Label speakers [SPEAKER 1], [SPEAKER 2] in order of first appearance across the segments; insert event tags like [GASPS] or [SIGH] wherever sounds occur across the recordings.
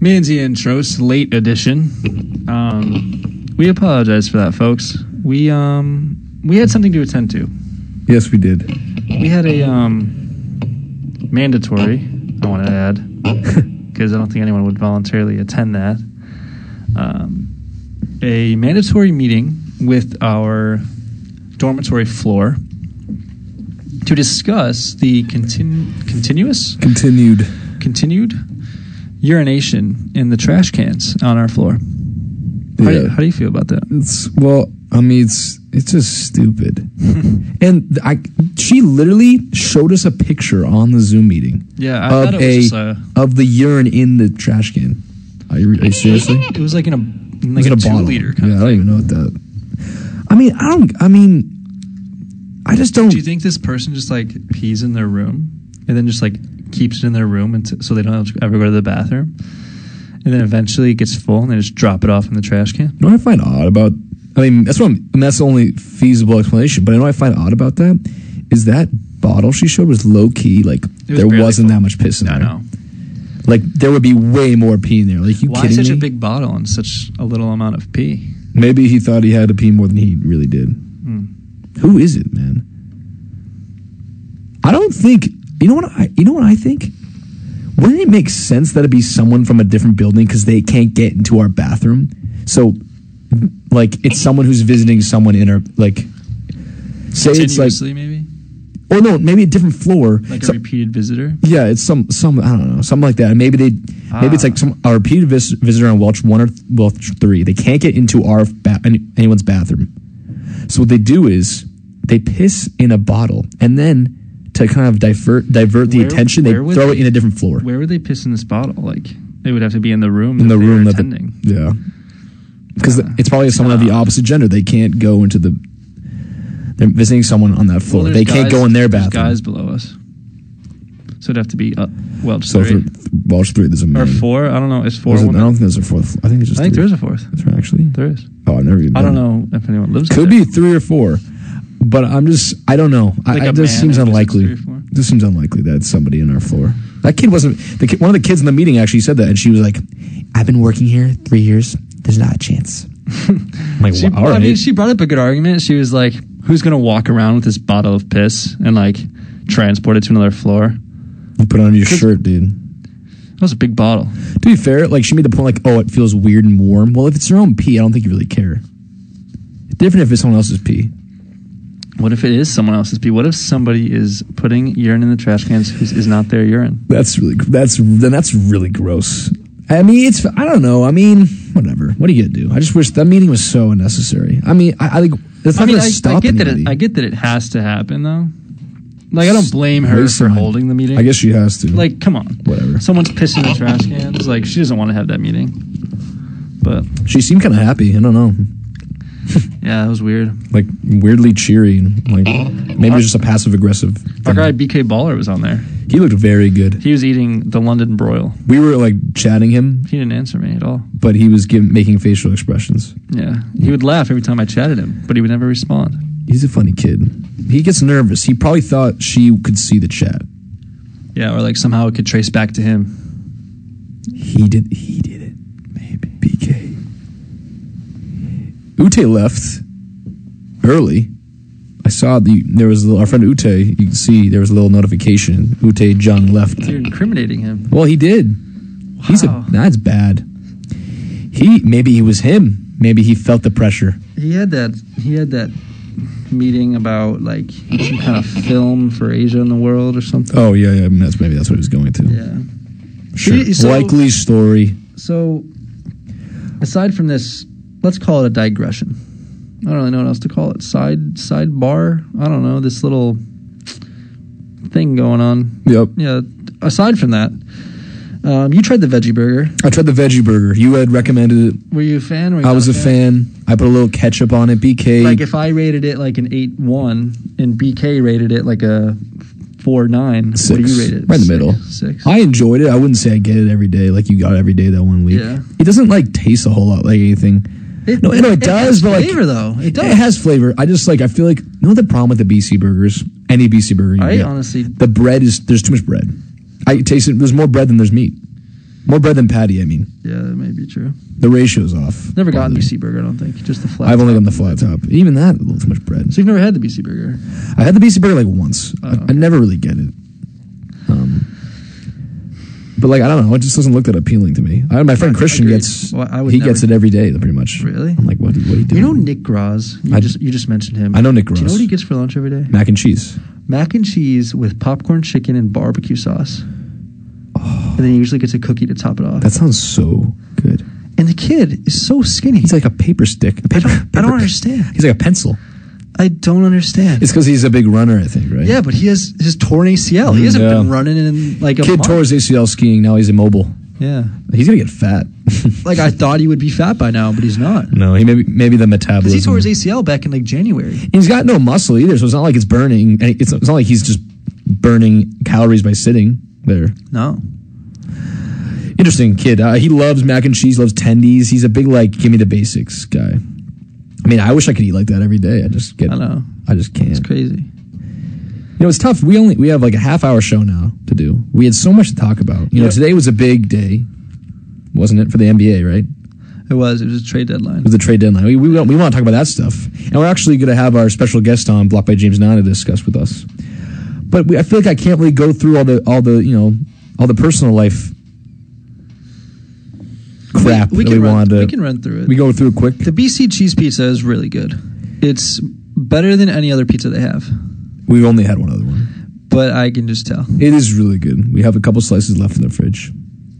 [SPEAKER 1] Manzi intros, late edition. Um, we apologize for that, folks. We um, we had something to attend to.
[SPEAKER 2] Yes, we did.
[SPEAKER 1] We had a um, mandatory. I want to [LAUGHS] add because I don't think anyone would voluntarily attend that. Um, a mandatory meeting with our dormitory floor to discuss the continu- continuous
[SPEAKER 2] Continued.
[SPEAKER 1] continued urination in the trash cans on our floor. How, do, you, how do you feel about that?
[SPEAKER 2] It's well, I mean, it's it's
[SPEAKER 1] [LAUGHS]
[SPEAKER 2] just stupid. and I, she literally showed us a picture on the Zoom meeting
[SPEAKER 1] Yeah, I
[SPEAKER 2] of
[SPEAKER 1] thought it was
[SPEAKER 2] a,
[SPEAKER 1] just a.
[SPEAKER 2] of the urine in the trash can. Are you, are you seriously?
[SPEAKER 1] It was like in a in [LAUGHS] like
[SPEAKER 2] Is it
[SPEAKER 1] a, two liter kind
[SPEAKER 2] yeah,
[SPEAKER 1] of.
[SPEAKER 2] I
[SPEAKER 1] Thing.
[SPEAKER 2] don't even know what that. I mean, I don't. I mean, I just don't.
[SPEAKER 1] Do you think this person just like pees in their room and then just like keeps it in their room until, so they don't have to ever go to the bathroom, and then eventually it gets full and they just drop it off in the trash can?
[SPEAKER 2] You know what I find odd about? I mean, that's what I'm, and that's the only feasible explanation. But I know what I find odd about that is that bottle she showed was low key. Like
[SPEAKER 1] was
[SPEAKER 2] there
[SPEAKER 1] barely
[SPEAKER 2] wasn't
[SPEAKER 1] full.
[SPEAKER 2] that much piss in
[SPEAKER 1] No,
[SPEAKER 2] there.
[SPEAKER 1] no.
[SPEAKER 2] Like there would be way more pee in there. Like you
[SPEAKER 1] Why
[SPEAKER 2] kidding
[SPEAKER 1] such
[SPEAKER 2] me?
[SPEAKER 1] a big bottle and such a little amount of pee?
[SPEAKER 2] Maybe he thought he had to pee more than he really did.
[SPEAKER 1] Hmm.
[SPEAKER 2] Who is it, man? I don't think you know what I you know what I think. Wouldn't it make sense that it'd be someone from a different building because they can't get into our bathroom? So, like, it's someone who's visiting someone in our like. Say it's like,
[SPEAKER 1] Continuously, maybe
[SPEAKER 2] or no, maybe a different floor.
[SPEAKER 1] like
[SPEAKER 2] So-
[SPEAKER 1] a repeated visitor.
[SPEAKER 2] yeah, it's some some I don't know something like that. And Maybe they maybe
[SPEAKER 1] Ah.
[SPEAKER 2] it's like some a repeated vis- visitor on Welch one or th- Welch three. They can't get into our ba- any, anyone's bathroom. So what they do is they piss in a bottle, and then to kind of divert divert the
[SPEAKER 1] Where-
[SPEAKER 2] attention, they
[SPEAKER 1] where would
[SPEAKER 2] throw
[SPEAKER 1] they-
[SPEAKER 2] it in a different floor
[SPEAKER 1] Where would they piss in this bottle? Like they would have to be in the room
[SPEAKER 2] in the room that
[SPEAKER 1] attending.
[SPEAKER 2] they, yeah, because it's probably someone of the opposite gender. They can't go into the. They're visiting someone on that floor.
[SPEAKER 1] Well,
[SPEAKER 2] they
[SPEAKER 1] there's
[SPEAKER 2] can't go
[SPEAKER 1] guys-
[SPEAKER 2] in their
[SPEAKER 1] there's
[SPEAKER 2] bathroom.
[SPEAKER 1] Guys below us, so it'd have to be uh, well, so
[SPEAKER 2] so if
[SPEAKER 1] three
[SPEAKER 2] they're- Welch three, there's a man.
[SPEAKER 1] or four. I don't know. Is four?
[SPEAKER 2] There's a-
[SPEAKER 1] women?
[SPEAKER 2] I don't think there's a fourth. I think it's just.
[SPEAKER 1] I think
[SPEAKER 2] three.
[SPEAKER 1] there is a fourth.
[SPEAKER 2] Is there actually?
[SPEAKER 1] There is.
[SPEAKER 2] Oh, I've never even.
[SPEAKER 1] I don't
[SPEAKER 2] been.
[SPEAKER 1] know if anyone lives.
[SPEAKER 2] Could
[SPEAKER 1] there.
[SPEAKER 2] be three or four, but I'm just. I don't know.
[SPEAKER 1] Like
[SPEAKER 2] I, I,
[SPEAKER 1] a
[SPEAKER 2] this
[SPEAKER 1] man
[SPEAKER 2] seems
[SPEAKER 1] if it's
[SPEAKER 2] unlikely.
[SPEAKER 1] three or four.
[SPEAKER 2] This seems unlikely that it's somebody in our floor. That kid wasn't. The kid, one of the kids in the meeting actually said that, and she was like, "I've been working here three years. There's not
[SPEAKER 1] [LAUGHS]
[SPEAKER 2] a chance." I'm like,
[SPEAKER 1] She,
[SPEAKER 2] "Wow, all
[SPEAKER 1] I mean,
[SPEAKER 2] right."
[SPEAKER 1] she brought up a good argument. She was like, "Who's gonna walk around with this bottle of piss and like transport it to another floor?"
[SPEAKER 2] you put on your shirt, dude.
[SPEAKER 1] That was a big bottle.
[SPEAKER 2] To be fair, like she made the point, like, "Oh, it feels weird and warm." Well, if it's your own pee, I don't think you really care. Different if it's someone else's pee.
[SPEAKER 1] What if it is someone else's pee? What if somebody is putting urine in the trash cans who is not their urine?
[SPEAKER 2] That's really gr- that's then that's really gross. I mean, it's I don't know. I mean, whatever. What are you gonna do? I just wish that meeting was so unnecessary. I mean, I, I think that's not
[SPEAKER 1] I mean,
[SPEAKER 2] gonna
[SPEAKER 1] I,
[SPEAKER 2] stop
[SPEAKER 1] I get that.
[SPEAKER 2] anybody.
[SPEAKER 1] It, I get that it has to happen though. Like, I don't blame her
[SPEAKER 2] Waste
[SPEAKER 1] for
[SPEAKER 2] time.
[SPEAKER 1] holding the meeting.
[SPEAKER 2] I guess she has to.
[SPEAKER 1] Like, come on.
[SPEAKER 2] Whatever.
[SPEAKER 1] Someone's pissing the trash cans. Like, she doesn't want to have that meeting. But
[SPEAKER 2] she seemed kind of happy. I don't know,
[SPEAKER 1] yeah, that was weird.
[SPEAKER 2] like weirdly cheery and like maybe it was just a passive aggressive.
[SPEAKER 1] Our guy BK Baller was on there.
[SPEAKER 2] He looked very good.
[SPEAKER 1] He was eating the London broil.
[SPEAKER 2] We were like chatting him,
[SPEAKER 1] He didn't answer me at all.
[SPEAKER 2] but he was giving making facial expressions.
[SPEAKER 1] Yeah, he would laugh every time I chatted him, but he would never respond.
[SPEAKER 2] He's a funny kid. He gets nervous. He probably thought she could see the chat.
[SPEAKER 1] Yeah, or like somehow it could trace back to him.
[SPEAKER 2] He did. He did it. Maybe BK. Ute left early. I saw the there was our friend Ute. You can see there was a little notification. Ute Jung left.
[SPEAKER 1] You're incriminating him.
[SPEAKER 2] Well, he did. He's a
[SPEAKER 1] Wow.
[SPEAKER 2] that's bad. He maybe he was him. Maybe he felt the pressure.
[SPEAKER 1] He had that. He had that meeting about like some kind of film for Asia and the world or something.
[SPEAKER 2] Oh yeah, yeah. I mean, that's maybe that's what he was going to.
[SPEAKER 1] Yeah.
[SPEAKER 2] Sure.
[SPEAKER 1] He- so-
[SPEAKER 2] Likely story.
[SPEAKER 1] So, aside from this, let's call it a digression. I don't really know what else to call it. Side sidebar. I don't know this little thing going on.
[SPEAKER 2] Yep.
[SPEAKER 1] Yeah. Aside from that, um, you tried the veggie burger.
[SPEAKER 2] I tried the veggie burger. You had recommended it.
[SPEAKER 1] Were you a fan? Were you
[SPEAKER 2] I
[SPEAKER 1] not
[SPEAKER 2] was a fan. I put a little ketchup on it. BK.
[SPEAKER 1] Like if I rated it like an eight one and BK rated it like a four nine, what do
[SPEAKER 2] Six.
[SPEAKER 1] you rate it?
[SPEAKER 2] Right in the middle.
[SPEAKER 1] Six.
[SPEAKER 2] I enjoyed it. I wouldn't say I get it every day like you got every day that one week.
[SPEAKER 1] Yeah.
[SPEAKER 2] It doesn't like taste a whole lot like anything. no, no, it, does,
[SPEAKER 1] has
[SPEAKER 2] but like
[SPEAKER 1] flavor though. It does.
[SPEAKER 2] it has flavor. I just like I feel like you know the problem with the BC burgers, any BC burger. You
[SPEAKER 1] I um,
[SPEAKER 2] get,
[SPEAKER 1] honestly-
[SPEAKER 2] the bread is there's too much bread. I taste it. There's more bread than there's meat. More bread than patty, I mean.
[SPEAKER 1] Yeah, that may be true.
[SPEAKER 2] The ratio's off.
[SPEAKER 1] Never gotten
[SPEAKER 2] the
[SPEAKER 1] BC burger, I don't think. Just the flat.
[SPEAKER 2] I've only
[SPEAKER 1] top.
[SPEAKER 2] gotten the flat top. Even that, a little too much bread.
[SPEAKER 1] So you've never had the BC burger.
[SPEAKER 2] I had the BC burger like once.
[SPEAKER 1] Oh,
[SPEAKER 2] I, I
[SPEAKER 1] okay.
[SPEAKER 2] never really get it. Um, but like I don't know, it just doesn't look that appealing to me. I, my friend
[SPEAKER 1] Yeah,
[SPEAKER 2] Christian
[SPEAKER 1] agreed.
[SPEAKER 2] gets
[SPEAKER 1] Well, I would
[SPEAKER 2] he
[SPEAKER 1] never
[SPEAKER 2] gets it
[SPEAKER 1] do-
[SPEAKER 2] every day, pretty much.
[SPEAKER 1] Really?
[SPEAKER 2] I'm like, what? What are you
[SPEAKER 1] You
[SPEAKER 2] doing?
[SPEAKER 1] know Nick Graz? You
[SPEAKER 2] I-
[SPEAKER 1] just you just mentioned him.
[SPEAKER 2] I know Nick
[SPEAKER 1] Do you know
[SPEAKER 2] Graz.
[SPEAKER 1] what he gets for lunch every day?
[SPEAKER 2] mac and cheese.
[SPEAKER 1] Mac and cheese with popcorn chicken and barbecue sauce. And then he usually gets a cookie to top it off.
[SPEAKER 2] That sounds so good.
[SPEAKER 1] and the kid is so skinny.
[SPEAKER 2] He's like a paper stick. A
[SPEAKER 1] I
[SPEAKER 2] paper,
[SPEAKER 1] don't, I don't
[SPEAKER 2] paper-
[SPEAKER 1] understand.
[SPEAKER 2] He's like a pencil.
[SPEAKER 1] I don't understand.
[SPEAKER 2] It's because he's a big runner, I think, right?
[SPEAKER 1] yeah, but he has his torn ACL. He hasn't
[SPEAKER 2] Yeah.
[SPEAKER 1] been running in like a
[SPEAKER 2] Kid
[SPEAKER 1] month.
[SPEAKER 2] tore his ACL skiing. Now he's immobile.
[SPEAKER 1] Yeah.
[SPEAKER 2] He's gonna get fat.
[SPEAKER 1] Like
[SPEAKER 2] [LAUGHS]
[SPEAKER 1] I thought he would be fat by now, but he's not.
[SPEAKER 2] no, he maybe maybe the
[SPEAKER 1] Because
[SPEAKER 2] metabolism.
[SPEAKER 1] he tore his ACL back in like January.
[SPEAKER 2] He's got no muscle either, so it's not like it's burning. and It's it's not like he's just burning calories by sitting there.
[SPEAKER 1] No.
[SPEAKER 2] Interesting kid. Uh, he loves mac and cheese, loves tendies. He's a big like give me the basics guy. I mean, I wish I could eat like that every day. I just get.
[SPEAKER 1] I know.
[SPEAKER 2] I just can't.
[SPEAKER 1] It's crazy.
[SPEAKER 2] You know, it's tough. We only we have like a half hour show now to do. We had so much to talk about. You know,
[SPEAKER 1] Yep.
[SPEAKER 2] today was a big day, wasn't it, for the NBA? Right?
[SPEAKER 1] It was. It was a trade deadline.
[SPEAKER 2] It was the trade deadline. We we, want- we want to talk about that stuff, and we're actually going to have our special guest on Blocked by James Nana to discuss with us. But we, I feel like I can't really go through all the all the you know all the personal life crap
[SPEAKER 1] We, we
[SPEAKER 2] that
[SPEAKER 1] can
[SPEAKER 2] we
[SPEAKER 1] run,
[SPEAKER 2] wanted to.
[SPEAKER 1] we can run through it.
[SPEAKER 2] we go through it quick.
[SPEAKER 1] The BC cheese pizza is really good. It's better than any other pizza they have,
[SPEAKER 2] We've only had one other one.
[SPEAKER 1] but I can just tell.
[SPEAKER 2] It is really good. We have a couple slices left in the fridge.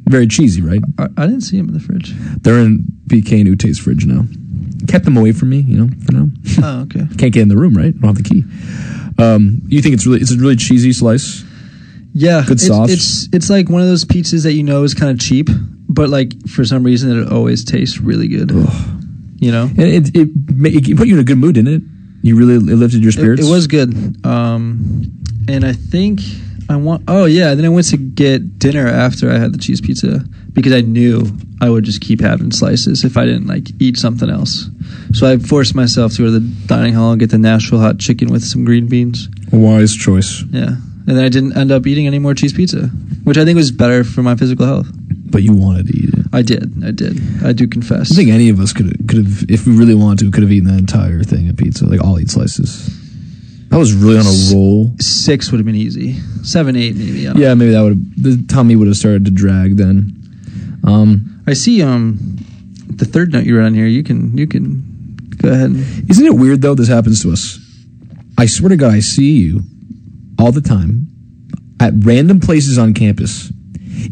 [SPEAKER 2] Very cheesy, right?
[SPEAKER 1] I, I didn't see him in the fridge.
[SPEAKER 2] They're in BK and Ute's fridge now. Kept them away from me, you know, for now.
[SPEAKER 1] Oh, okay.
[SPEAKER 2] Can't get in the room, right? I don't have the key. Um, you think it's really it's a really cheesy slice?
[SPEAKER 1] Yeah,
[SPEAKER 2] Good
[SPEAKER 1] it's,
[SPEAKER 2] sauce.
[SPEAKER 1] It's it's like one of those pizzas that you know is kind of cheap, but like for some reason it always tastes really good. You know,
[SPEAKER 2] And it, it, ma- it put you in a good mood, didn't it? You really it lifted your
[SPEAKER 1] it,
[SPEAKER 2] spirits.
[SPEAKER 1] it was good. Um, and I think I want. Oh yeah, then I went to get dinner after I had the cheese pizza because I knew I would just keep having slices if I didn't like eat something else. So I forced myself to go to the dining hall and get the Nashville hot chicken with some green beans.
[SPEAKER 2] a wise choice,
[SPEAKER 1] Yeah. And then I didn't end up eating any more cheese pizza, which I think was better for my physical health.
[SPEAKER 2] but you wanted to eat it.
[SPEAKER 1] I did. I did. I do confess.
[SPEAKER 2] I think any of us could could have, if we really wanted to, could have eaten that entire thing of pizza, like all eight slices. That was really on
[SPEAKER 1] S-
[SPEAKER 2] a roll.
[SPEAKER 1] Six would have been easy. Seven, eight, maybe. I don't
[SPEAKER 2] Yeah, maybe that would have the tummy would have started to drag then. Um,
[SPEAKER 1] I see. Um, the third note you wrote on here. You can. You can. Go ahead. and-
[SPEAKER 2] isn't it weird though? This happens to us. I swear to God, I see you all the time at random places on campus.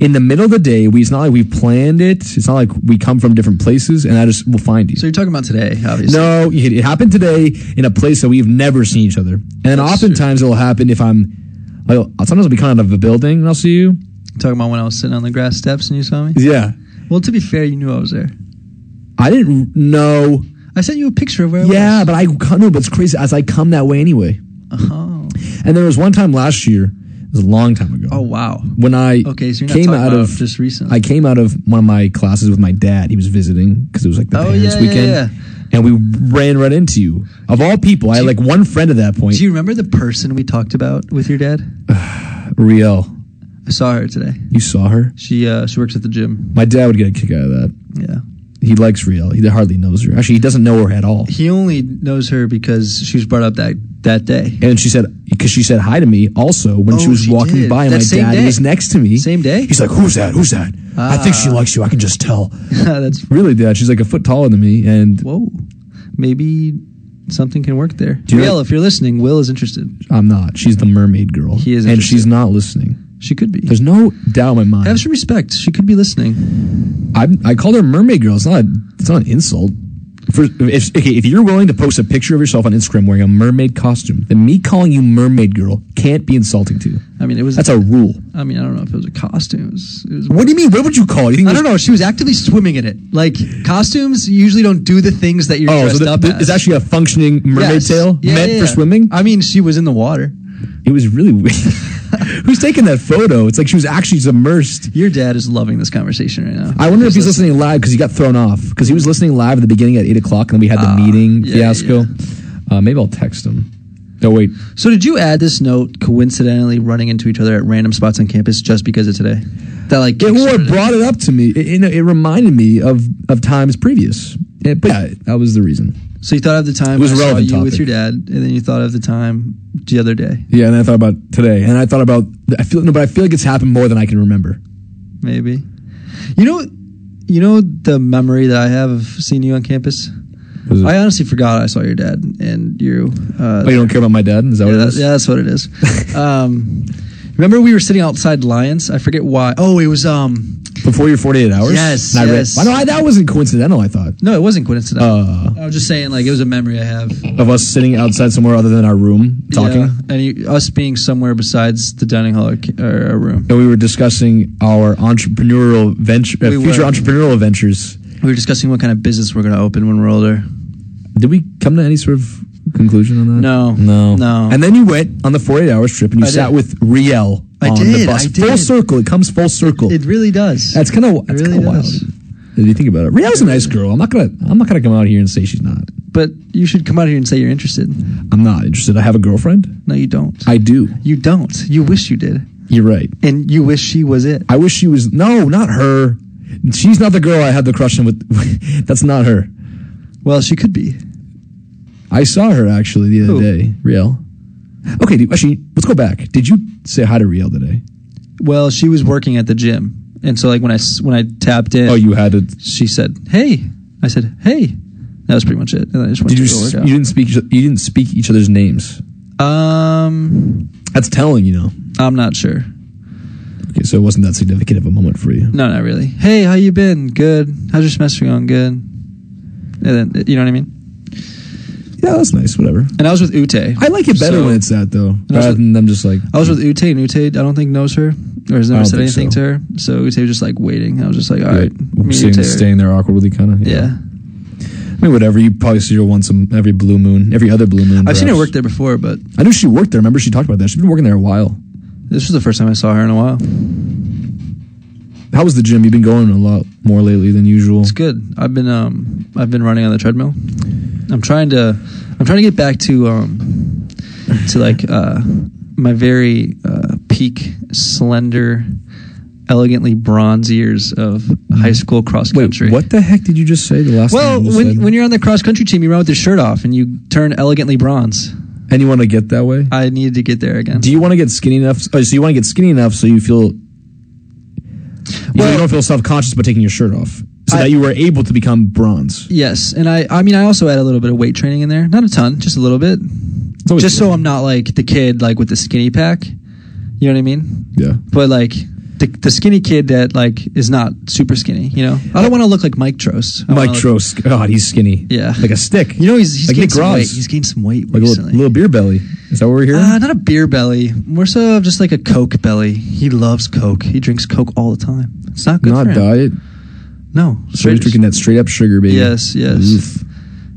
[SPEAKER 2] In the middle of the day, we, it's not like we planned it. It's not like we come from different places, and I just will find you.
[SPEAKER 1] So you're talking about today, obviously.
[SPEAKER 2] No, it it happened today in a place that we've never seen each other. And then
[SPEAKER 1] That's
[SPEAKER 2] oftentimes it'll happen if I'm, like, I'll- sometimes I'll be coming out of a building and I'll see you.
[SPEAKER 1] talking about when I was sitting on the grass steps and you saw me.
[SPEAKER 2] Yeah.
[SPEAKER 1] Well, to be fair, you knew I was there.
[SPEAKER 2] I didn't know.
[SPEAKER 1] I sent you a picture of where.
[SPEAKER 2] Yeah, but I no, but it's crazy as I come that way anyway.
[SPEAKER 1] I was. Oh.
[SPEAKER 2] And there was one time last year, it was a long time ago.
[SPEAKER 1] Oh wow.
[SPEAKER 2] When I
[SPEAKER 1] Okay, so you're not
[SPEAKER 2] came
[SPEAKER 1] talking
[SPEAKER 2] out
[SPEAKER 1] about
[SPEAKER 2] of
[SPEAKER 1] just recently.
[SPEAKER 2] I came out of one of my classes with my dad. He was visiting because it was like the
[SPEAKER 1] Oh,
[SPEAKER 2] parents'
[SPEAKER 1] yeah, yeah,
[SPEAKER 2] weekend,
[SPEAKER 1] yeah.
[SPEAKER 2] and we ran right into you. Of all people, I had like one friend at that point,
[SPEAKER 1] Do you remember the person we talked about with your dad?
[SPEAKER 2] Riel.
[SPEAKER 1] I saw her today.
[SPEAKER 2] You saw her.
[SPEAKER 1] She uh, she works at the gym.
[SPEAKER 2] My dad would get a kick out of that.
[SPEAKER 1] Yeah.
[SPEAKER 2] He likes Riel. He hardly knows her. Actually, he doesn't know her at all.
[SPEAKER 1] He only knows her because she was brought up that that day. [LAUGHS]
[SPEAKER 2] And she said, because she said hi to me also when she
[SPEAKER 1] Oh,
[SPEAKER 2] was
[SPEAKER 1] she
[SPEAKER 2] walking
[SPEAKER 1] did.
[SPEAKER 2] by, and
[SPEAKER 1] That
[SPEAKER 2] my
[SPEAKER 1] same
[SPEAKER 2] dad
[SPEAKER 1] day.
[SPEAKER 2] was next to me.
[SPEAKER 1] Same day? Ah.
[SPEAKER 2] He's like, "Who's that? Who's that? I think she likes you. I can just tell."
[SPEAKER 1] That's
[SPEAKER 2] Really, Dad? She's like a foot taller than me, and
[SPEAKER 1] whoa. Maybe something can work there.
[SPEAKER 2] you know-
[SPEAKER 1] Riel, if you're listening, Will is interested.
[SPEAKER 2] I'm not. She's the mermaid girl.
[SPEAKER 1] He is
[SPEAKER 2] and
[SPEAKER 1] interested.
[SPEAKER 2] she's not listening.
[SPEAKER 1] She could be.
[SPEAKER 2] There's no doubt in my mind.
[SPEAKER 1] Have some respect. She could be listening.
[SPEAKER 2] I, I called her mermaid girl. It's not. A, it's not an insult. For, if, okay, if you're willing to post a picture of yourself on Instagram wearing a mermaid costume, then me calling you mermaid girl can't be insulting to you.
[SPEAKER 1] I mean, it was.
[SPEAKER 2] That's a rule.
[SPEAKER 1] I mean, I don't know if it was a costume. It was. It was
[SPEAKER 2] What do you mean? What would you call it? You think
[SPEAKER 1] I
[SPEAKER 2] it was-
[SPEAKER 1] don't know. She was actively swimming in it. Like costumes usually don't do the things that you're
[SPEAKER 2] Oh,
[SPEAKER 1] dressed
[SPEAKER 2] so th-
[SPEAKER 1] up
[SPEAKER 2] th-
[SPEAKER 1] as.
[SPEAKER 2] it's actually a functioning mermaid
[SPEAKER 1] Yes.
[SPEAKER 2] tail
[SPEAKER 1] Yeah,
[SPEAKER 2] meant
[SPEAKER 1] yeah,
[SPEAKER 2] for
[SPEAKER 1] yeah.
[SPEAKER 2] swimming.
[SPEAKER 1] I mean, she was in the water.
[SPEAKER 2] It was
[SPEAKER 1] [LAUGHS]
[SPEAKER 2] really weird. Who's taking that photo? It's like she was actually submersed.
[SPEAKER 1] Your dad is loving this conversation right now.
[SPEAKER 2] I wonder if he's listening live because he got thrown off because he was listening live at the beginning at eight o'clock and then we had the meeting
[SPEAKER 1] Ah, yeah,
[SPEAKER 2] fiasco. Uh, maybe I'll text him. Oh wait,
[SPEAKER 1] So did you add this note coincidentally running into each other at random spots on campus just because of today? That like
[SPEAKER 2] Yeah, well,
[SPEAKER 1] kickstarted
[SPEAKER 2] it
[SPEAKER 1] it?
[SPEAKER 2] brought it up to me. It, it, it reminded me of of times previous. Eh, but yeah, that was the reason.
[SPEAKER 1] So you thought of the time
[SPEAKER 2] It was
[SPEAKER 1] I
[SPEAKER 2] a
[SPEAKER 1] saw you
[SPEAKER 2] relevant
[SPEAKER 1] with
[SPEAKER 2] topic.
[SPEAKER 1] your dad, and then you thought of the time the other day,
[SPEAKER 2] Yeah, and I thought about today, and I thought about. I feel no, but I feel like it's happened more than I can remember.
[SPEAKER 1] maybe. You know, you know the memory that I have of seeing you on campus.
[SPEAKER 2] Was it-
[SPEAKER 1] I honestly forgot I saw your dad and you. Uh,
[SPEAKER 2] oh, you don't care about my dad? Is that
[SPEAKER 1] yeah,
[SPEAKER 2] what it
[SPEAKER 1] that-
[SPEAKER 2] is?
[SPEAKER 1] yeah, that's what it
[SPEAKER 2] [LAUGHS]
[SPEAKER 1] is. um, remember we were sitting outside Lions. I forget why. Oh, it was um.
[SPEAKER 2] Before your forty eight hours?
[SPEAKER 1] Yes,
[SPEAKER 2] And I read-
[SPEAKER 1] yes.
[SPEAKER 2] I know I, that wasn't coincidental. I thought
[SPEAKER 1] No, it wasn't coincidental.
[SPEAKER 2] uh,
[SPEAKER 1] I was just saying, like it was a memory I have.
[SPEAKER 2] of us sitting outside somewhere other than our room talking,
[SPEAKER 1] Yeah, and you, us being somewhere besides the dining hall or, ca- or our room.
[SPEAKER 2] and we were discussing our entrepreneurial venture, uh,
[SPEAKER 1] We were.
[SPEAKER 2] future entrepreneurial ventures.
[SPEAKER 1] We were discussing what kind of business we're going to open when we're older.
[SPEAKER 2] Did we come to any sort of conclusion on that?
[SPEAKER 1] No.
[SPEAKER 2] No.
[SPEAKER 1] No.
[SPEAKER 2] And then you went on the 48 hours trip and you
[SPEAKER 1] I
[SPEAKER 2] sat
[SPEAKER 1] did.
[SPEAKER 2] with Riel
[SPEAKER 1] I
[SPEAKER 2] on the
[SPEAKER 1] did,
[SPEAKER 2] bus.
[SPEAKER 1] I did.
[SPEAKER 2] Full circle. It comes full circle.
[SPEAKER 1] It really does.
[SPEAKER 2] that's kind of that's
[SPEAKER 1] really
[SPEAKER 2] kind of wild.
[SPEAKER 1] does.
[SPEAKER 2] If you think about it, Riel's a nice girl. I'm not gonna I'm not gonna come out here and say she's not.
[SPEAKER 1] but you should come out here and say you're interested.
[SPEAKER 2] I'm not interested. I have a girlfriend.
[SPEAKER 1] No, you don't.
[SPEAKER 2] I do.
[SPEAKER 1] you don't. You wish you did,
[SPEAKER 2] You're right.
[SPEAKER 1] and you wish she was it.
[SPEAKER 2] I wish she was no, not her. She's not the girl I had the crush on with. [LAUGHS] that's not her.
[SPEAKER 1] Well, she could be.
[SPEAKER 2] I saw her actually the other
[SPEAKER 1] Who?
[SPEAKER 2] day. Riel. Okay, dude, actually, let's go back. Did you say hi to Riel today?
[SPEAKER 1] Well, she was working at the gym, and so like when I s- when I tapped in,
[SPEAKER 2] Oh, you had it.
[SPEAKER 1] she said, "Hey," I said, "Hey." That was pretty much it, and I just went
[SPEAKER 2] Did you?
[SPEAKER 1] to go
[SPEAKER 2] s-
[SPEAKER 1] work
[SPEAKER 2] You
[SPEAKER 1] out.
[SPEAKER 2] didn't speak. You didn't speak each other's names.
[SPEAKER 1] um,
[SPEAKER 2] That's telling, you know.
[SPEAKER 1] I'm not sure.
[SPEAKER 2] Okay, so it wasn't that significant of a moment for you.
[SPEAKER 1] No, not really. Hey, how you been? Good. How's your semester going? Good. And then, you know what I mean?
[SPEAKER 2] Yeah, that's nice. Whatever.
[SPEAKER 1] And I was with Ute.
[SPEAKER 2] I like it better
[SPEAKER 1] So-
[SPEAKER 2] when it's that though,
[SPEAKER 1] I was
[SPEAKER 2] rather
[SPEAKER 1] with-
[SPEAKER 2] than them just like.
[SPEAKER 1] I was with Ute, and Ute, I don't think knows her or has
[SPEAKER 2] I
[SPEAKER 1] never
[SPEAKER 2] don't
[SPEAKER 1] said
[SPEAKER 2] think
[SPEAKER 1] anything to
[SPEAKER 2] so.
[SPEAKER 1] her. So Ute was just like waiting. I was just like, all
[SPEAKER 2] yeah,
[SPEAKER 1] right, me and
[SPEAKER 2] sitting,
[SPEAKER 1] Ute. are-
[SPEAKER 2] staying there awkwardly, kind of.
[SPEAKER 1] Yeah,
[SPEAKER 2] I mean, whatever. You probably see her once a- every blue moon, every other blue moon.
[SPEAKER 1] I've seen her
[SPEAKER 2] perhaps.
[SPEAKER 1] work there before, but
[SPEAKER 2] I knew she worked there. Remember, she talked about that. She's been working there a while.
[SPEAKER 1] this was the first time I saw her in a while.
[SPEAKER 2] How was the gym? You've been going a lot more lately than usual.
[SPEAKER 1] It's good. I've been um I've been running on the treadmill. I'm trying to I'm trying to get back to um to like uh my very uh, peak slender elegantly bronze years of high school cross
[SPEAKER 2] Wait,
[SPEAKER 1] country.
[SPEAKER 2] what the heck did you just say? The last
[SPEAKER 1] Well,
[SPEAKER 2] time you
[SPEAKER 1] when
[SPEAKER 2] said,
[SPEAKER 1] when you're on the cross country team, you run with your shirt off and you turn elegantly bronze.
[SPEAKER 2] and you want to get that way.
[SPEAKER 1] I needed to get there again.
[SPEAKER 2] Do you want to get skinny enough? Oh, so you want to get skinny enough so you feel. You
[SPEAKER 1] Well-
[SPEAKER 2] don't feel self conscious about taking your shirt off, so
[SPEAKER 1] I-
[SPEAKER 2] that you were able to become bronze.
[SPEAKER 1] yes, and I I mean I also add a little bit of weight training in there, not a ton, just a little bit,
[SPEAKER 2] It's always
[SPEAKER 1] just
[SPEAKER 2] good.
[SPEAKER 1] so I'm not like the kid like with the skinny pack. You know what I mean?
[SPEAKER 2] Yeah.
[SPEAKER 1] but like the, the skinny kid that like is not super skinny. You know, I don't want to look like Mike Trost. I wanna
[SPEAKER 2] Mike
[SPEAKER 1] look-
[SPEAKER 2] Trost, God, he's skinny.
[SPEAKER 1] Yeah.
[SPEAKER 2] Like a stick.
[SPEAKER 1] You know, he's he's
[SPEAKER 2] Like
[SPEAKER 1] gained
[SPEAKER 2] Nick
[SPEAKER 1] some
[SPEAKER 2] Ross.
[SPEAKER 1] weight. He's gained some weight
[SPEAKER 2] like a little,
[SPEAKER 1] recently.
[SPEAKER 2] little beer belly. Is that what we're hearing?
[SPEAKER 1] uh, not a beer belly, more so of just like a Coke belly. He loves Coke. He drinks Coke all the time. It's not good
[SPEAKER 2] Not
[SPEAKER 1] for him.
[SPEAKER 2] diet.
[SPEAKER 1] No,
[SPEAKER 2] So he's
[SPEAKER 1] straight.
[SPEAKER 2] drinking that straight up sugar, baby.
[SPEAKER 1] Yes, yes.
[SPEAKER 2] Oof.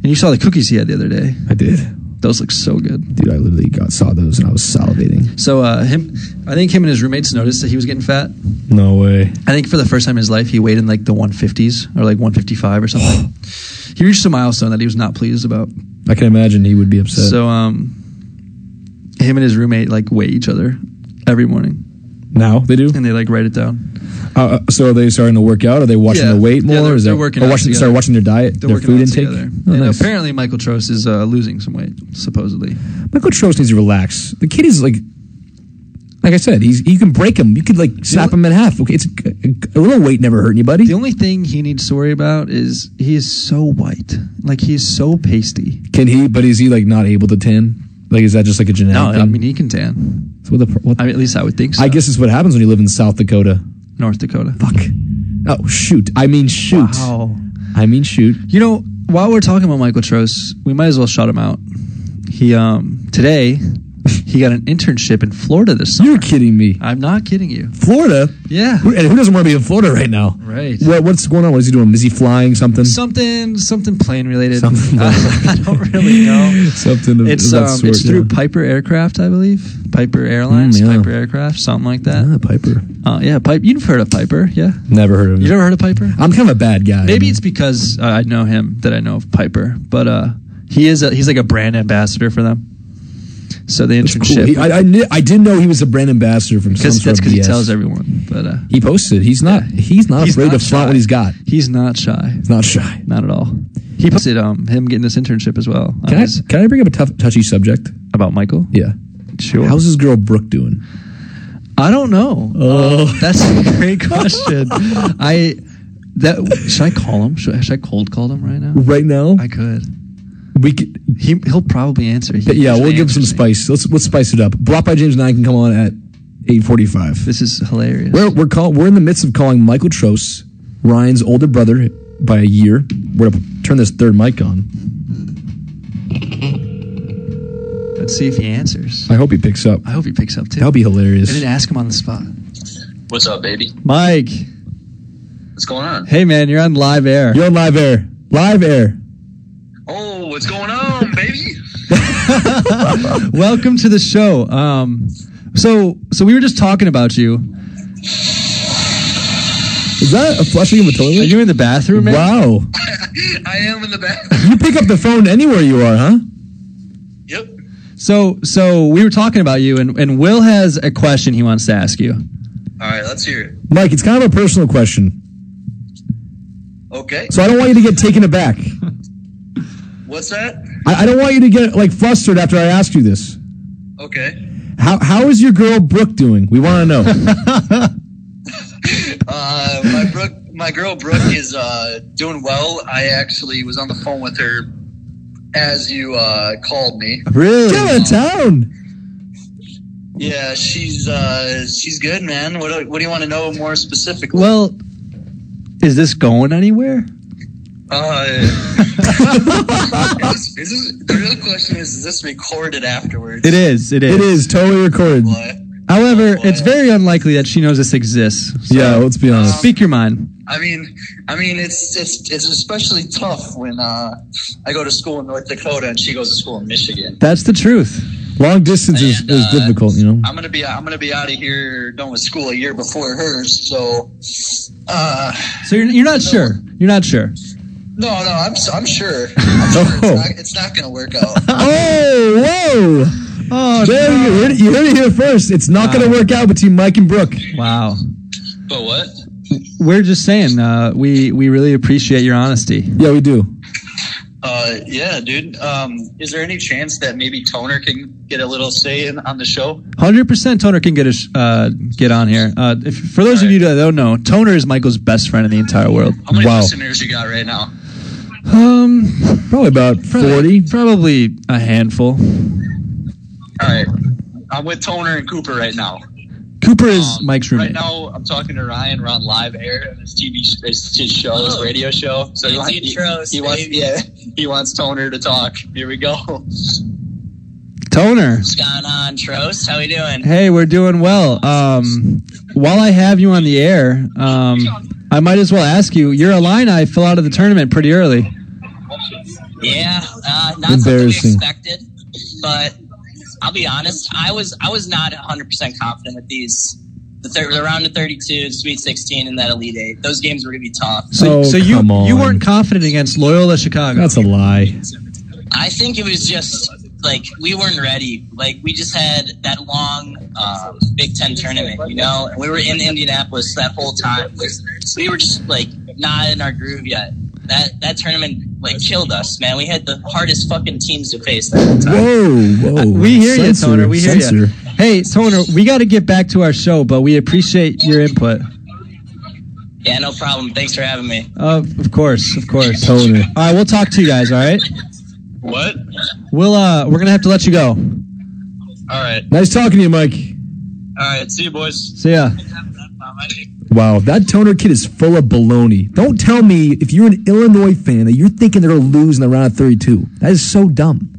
[SPEAKER 1] And you saw the cookies he had the other day.
[SPEAKER 2] I did,
[SPEAKER 1] Those look so good.
[SPEAKER 2] dude. I literally got saw those and I was salivating.
[SPEAKER 1] So uh, him, I think him and his roommates noticed that he was getting fat.
[SPEAKER 2] No way.
[SPEAKER 1] I think for the first time in his life, he weighed in like the 150s or like 155 or
[SPEAKER 2] [GASPS]
[SPEAKER 1] something. he reached a milestone that he was not pleased about.
[SPEAKER 2] I can imagine he would be upset.
[SPEAKER 1] So um, him and his roommate like weigh each other every morning,
[SPEAKER 2] now they do.
[SPEAKER 1] and they like write it down.
[SPEAKER 2] Uh, uh, so are they starting to work out? Are they watching
[SPEAKER 1] Yeah.
[SPEAKER 2] the weight
[SPEAKER 1] Yeah,
[SPEAKER 2] more?
[SPEAKER 1] they're-
[SPEAKER 2] Is
[SPEAKER 1] they're
[SPEAKER 2] that-
[SPEAKER 1] working
[SPEAKER 2] or
[SPEAKER 1] out
[SPEAKER 2] watching,
[SPEAKER 1] together.
[SPEAKER 2] Sorry, watching their diet,
[SPEAKER 1] They're
[SPEAKER 2] their
[SPEAKER 1] working
[SPEAKER 2] food
[SPEAKER 1] out
[SPEAKER 2] intake.
[SPEAKER 1] together.
[SPEAKER 2] Oh,
[SPEAKER 1] and
[SPEAKER 2] nice.
[SPEAKER 1] apparently, Michael Trost is uh, losing some weight, supposedly.
[SPEAKER 2] Michael Trost needs to relax. The kid is like, like I said, he's you can break him. You could like
[SPEAKER 1] only-
[SPEAKER 2] snap him in half. Okay, it's a, a little weight never hurt anybody.
[SPEAKER 1] The only thing he needs to worry about is he is so white, like he is so pasty.
[SPEAKER 2] Can he? But is he like not able to tan? Like is that just like a genetic?
[SPEAKER 1] No,
[SPEAKER 2] thing?
[SPEAKER 1] I mean he can tan.
[SPEAKER 2] So what the, what,
[SPEAKER 1] I mean, at least I would think so.
[SPEAKER 2] I guess it's what happens when you live in South Dakota.
[SPEAKER 1] North Dakota.
[SPEAKER 2] Fuck. Oh shoot! I mean shoot!
[SPEAKER 1] Wow.
[SPEAKER 2] I mean shoot!
[SPEAKER 1] You know, while we're talking about Michael Trost, we might as well shout him out. He um today [LAUGHS] he got an internship in Florida this summer.
[SPEAKER 2] You're kidding me.
[SPEAKER 1] I'm not kidding you.
[SPEAKER 2] Florida.
[SPEAKER 1] Uh, Yeah.
[SPEAKER 2] Who, and who doesn't want to be in Florida right now?
[SPEAKER 1] Right.
[SPEAKER 2] What, what's going on? What is he doing? Is he flying something?
[SPEAKER 1] Something something plane related. [LAUGHS]
[SPEAKER 2] Something
[SPEAKER 1] I don't really know.
[SPEAKER 2] [LAUGHS] Something of
[SPEAKER 1] It's
[SPEAKER 2] that
[SPEAKER 1] um
[SPEAKER 2] sort,
[SPEAKER 1] it's through
[SPEAKER 2] yeah.
[SPEAKER 1] Piper Aircraft, I believe. Piper Airlines,
[SPEAKER 2] Mm, yeah.
[SPEAKER 1] Piper Aircraft, something like that.
[SPEAKER 2] Ah, Piper.
[SPEAKER 1] Uh, yeah, Piper. You've heard of Piper, yeah?
[SPEAKER 2] Never heard of
[SPEAKER 1] You
[SPEAKER 2] him.
[SPEAKER 1] ever heard of Piper?
[SPEAKER 2] I'm kind of a bad guy.
[SPEAKER 1] Maybe it's because uh, I know him that I know of Piper, but uh, he is a, he's like a brand ambassador for them. So the
[SPEAKER 2] That's cool.
[SPEAKER 1] internship.
[SPEAKER 2] He- I, I, kn- I did know he was a brand ambassador from some
[SPEAKER 1] Because
[SPEAKER 2] sort
[SPEAKER 1] that's
[SPEAKER 2] of
[SPEAKER 1] because he
[SPEAKER 2] BS.
[SPEAKER 1] tells everyone. But uh,
[SPEAKER 2] He posted. He's not. He's not
[SPEAKER 1] He's
[SPEAKER 2] afraid
[SPEAKER 1] not
[SPEAKER 2] to flaunt
[SPEAKER 1] shy.
[SPEAKER 2] what he's got.
[SPEAKER 1] he's not shy,
[SPEAKER 2] He's not shy.
[SPEAKER 1] not at all. He posted um him getting this internship as well. on
[SPEAKER 2] Can I,
[SPEAKER 1] his-
[SPEAKER 2] can I bring up a tough, touchy subject?
[SPEAKER 1] about Michael?
[SPEAKER 2] Yeah.
[SPEAKER 1] Sure.
[SPEAKER 2] How's this girl Brooke doing?
[SPEAKER 1] I don't know.
[SPEAKER 2] Oh.
[SPEAKER 1] Um, [LAUGHS] that's a
[SPEAKER 2] [LAUGHS]
[SPEAKER 1] great question. I that should I call him? Should, I- should I cold call him right now?
[SPEAKER 2] Right now,
[SPEAKER 1] I could.
[SPEAKER 2] we could,
[SPEAKER 1] He he'll probably answer. He
[SPEAKER 2] yeah, we'll
[SPEAKER 1] usually
[SPEAKER 2] give him some
[SPEAKER 1] answers me.
[SPEAKER 2] spice. Let's let's spice it up. Brought by James Nine can come on at eight forty-five.
[SPEAKER 1] This is hilarious.
[SPEAKER 2] We're we're call, we're in the midst of calling Michael Trost, Ryan's older brother, by a year. We're gonna turn this third mic on.
[SPEAKER 1] Let's see if he answers.
[SPEAKER 2] I hope he picks up.
[SPEAKER 1] I hope he picks up too.
[SPEAKER 2] That'll be
[SPEAKER 1] I
[SPEAKER 2] hilarious.
[SPEAKER 1] didn't ask him on the spot.
[SPEAKER 3] What's up, baby?
[SPEAKER 1] Mike,
[SPEAKER 3] What's going on?
[SPEAKER 1] hey man, you're on live air.
[SPEAKER 2] You're on live air. Live air.
[SPEAKER 3] Oh, what's going on, baby? [LAUGHS]
[SPEAKER 1] Welcome to the show. Um, so so we were just talking about you.
[SPEAKER 2] Is that a flushing of a
[SPEAKER 1] Are
[SPEAKER 2] toilet?
[SPEAKER 1] you in the bathroom? Man?
[SPEAKER 2] Wow.
[SPEAKER 3] I am in the back.
[SPEAKER 2] You pick up the phone anywhere you are, huh?
[SPEAKER 3] Yep.
[SPEAKER 1] So so we were talking about you, and and Will has a question he wants to ask you.
[SPEAKER 3] All right, let's hear it.
[SPEAKER 2] Mike, it's kind of a personal question.
[SPEAKER 3] Okay.
[SPEAKER 2] So I don't want you to get taken aback.
[SPEAKER 3] What's that?
[SPEAKER 2] I, I don't want you to get like flustered after I ask you this.
[SPEAKER 3] Okay.
[SPEAKER 2] How how is your girl Brooke doing? We want to [LAUGHS] know.
[SPEAKER 3] Uh, my Brooke, my girl Brooke is uh, doing well. I actually was on the phone with her as you uh, called me.
[SPEAKER 1] [LAUGHS] Really?
[SPEAKER 2] Get out of town.
[SPEAKER 3] Yeah, she's uh, she's good, man. What do, what do you want to know more specifically?
[SPEAKER 1] Well, is this going anywhere? [LAUGHS]
[SPEAKER 3] uh, is, is this, the real question is: Is this recorded afterwards?
[SPEAKER 1] It is. It is.
[SPEAKER 2] It is totally recorded.
[SPEAKER 3] What?
[SPEAKER 1] However,
[SPEAKER 3] Well-
[SPEAKER 1] it's very unlikely that she knows this exists. So
[SPEAKER 2] Yeah, let's be honest.
[SPEAKER 1] Speak your mind.
[SPEAKER 3] I mean, I mean, it's it's it's especially tough when uh, I go to school in North Dakota and she goes to school in Michigan.
[SPEAKER 1] That's the truth.
[SPEAKER 2] Long distance is,
[SPEAKER 3] And,
[SPEAKER 2] is
[SPEAKER 3] uh,
[SPEAKER 2] difficult, you know.
[SPEAKER 3] I'm gonna be I'm gonna be out of here done with school a year before hers. So, uh,
[SPEAKER 1] So you're, you're not sure. You're not sure.
[SPEAKER 3] no, no, I'm s- I'm sure. I'm sure it's,
[SPEAKER 2] Oh.
[SPEAKER 3] not, it's not gonna work out.
[SPEAKER 2] Uh-uh. Oh, whoa!
[SPEAKER 1] Oh,
[SPEAKER 2] There you, heard it, you heard it here first. It's not going to work out between Mike and Brooke.
[SPEAKER 1] wow.
[SPEAKER 3] but what?
[SPEAKER 1] We're just saying uh, we we really appreciate your honesty.
[SPEAKER 2] Yeah, we do.
[SPEAKER 3] Uh, yeah, dude. Um, is there any chance that maybe Toner can get a little say in on the show?
[SPEAKER 1] Hundred percent, Toner can get a sh- uh, get on here. Uh, if, for those of you that don't know, Toner is Michael's best friend in the entire world.
[SPEAKER 3] How many
[SPEAKER 2] Wow.
[SPEAKER 3] listeners you got right now?
[SPEAKER 1] Um,
[SPEAKER 2] Probably about
[SPEAKER 1] probably,
[SPEAKER 2] 40.
[SPEAKER 1] probably a handful.
[SPEAKER 3] All right, I'm with Toner and Cooper right now.
[SPEAKER 1] Cooper is
[SPEAKER 3] Um,
[SPEAKER 1] Mike's roommate.
[SPEAKER 3] Right now, I'm talking to Ryan. We're on live air on his TV, sh- his, his show, his radio show. So he, wants- he, he wants, yeah, he wants Toner to talk. Here we go.
[SPEAKER 1] Toner.
[SPEAKER 3] What's going on, Trost? How we doing?
[SPEAKER 1] Hey, we're doing well. Um, while I have you on the air, um, I might as well ask you. Your Illini fell out of the tournament pretty early.
[SPEAKER 4] Yeah, uh, not something we
[SPEAKER 2] Embarrassing.
[SPEAKER 4] expected, but I'll be honest, I was I was not 100 percent confident with these. The, thir- the round of 32, Sweet 16, and that Elite Eight. Those games were gonna be tough.
[SPEAKER 1] So,
[SPEAKER 2] Oh,
[SPEAKER 1] so you
[SPEAKER 2] come on.
[SPEAKER 1] you weren't confident against Loyola Chicago.
[SPEAKER 2] That's a lie.
[SPEAKER 4] I think it was just like we weren't ready. Like we just had that long um, Big Ten tournament, you know, and we were in Indianapolis that whole time. We were just like not in our groove yet. That that tournament like killed us, man. We had the hardest fucking teams to face that whole time.
[SPEAKER 2] Whoa, whoa.
[SPEAKER 1] Uh, we hear you,
[SPEAKER 2] Censor,
[SPEAKER 1] Toner. We hear you.
[SPEAKER 2] censor.
[SPEAKER 1] Hey, Toner, we got to get back to our show, but we appreciate your input.
[SPEAKER 4] Yeah, no problem. Thanks for having me.
[SPEAKER 1] Of of course, of course. All
[SPEAKER 2] Toner.
[SPEAKER 1] right, we'll talk to you guys. All right,
[SPEAKER 3] What?
[SPEAKER 1] we'll uh, we're gonna have to let you go.
[SPEAKER 3] All right,
[SPEAKER 2] Nice talking to you, Mike.
[SPEAKER 3] all right. See you, boys.
[SPEAKER 1] See ya.
[SPEAKER 2] Wow, that toner kid is full of baloney. Don't tell me if you're an Illinois fan that you're thinking they're going to lose in the round of 32. That is so dumb.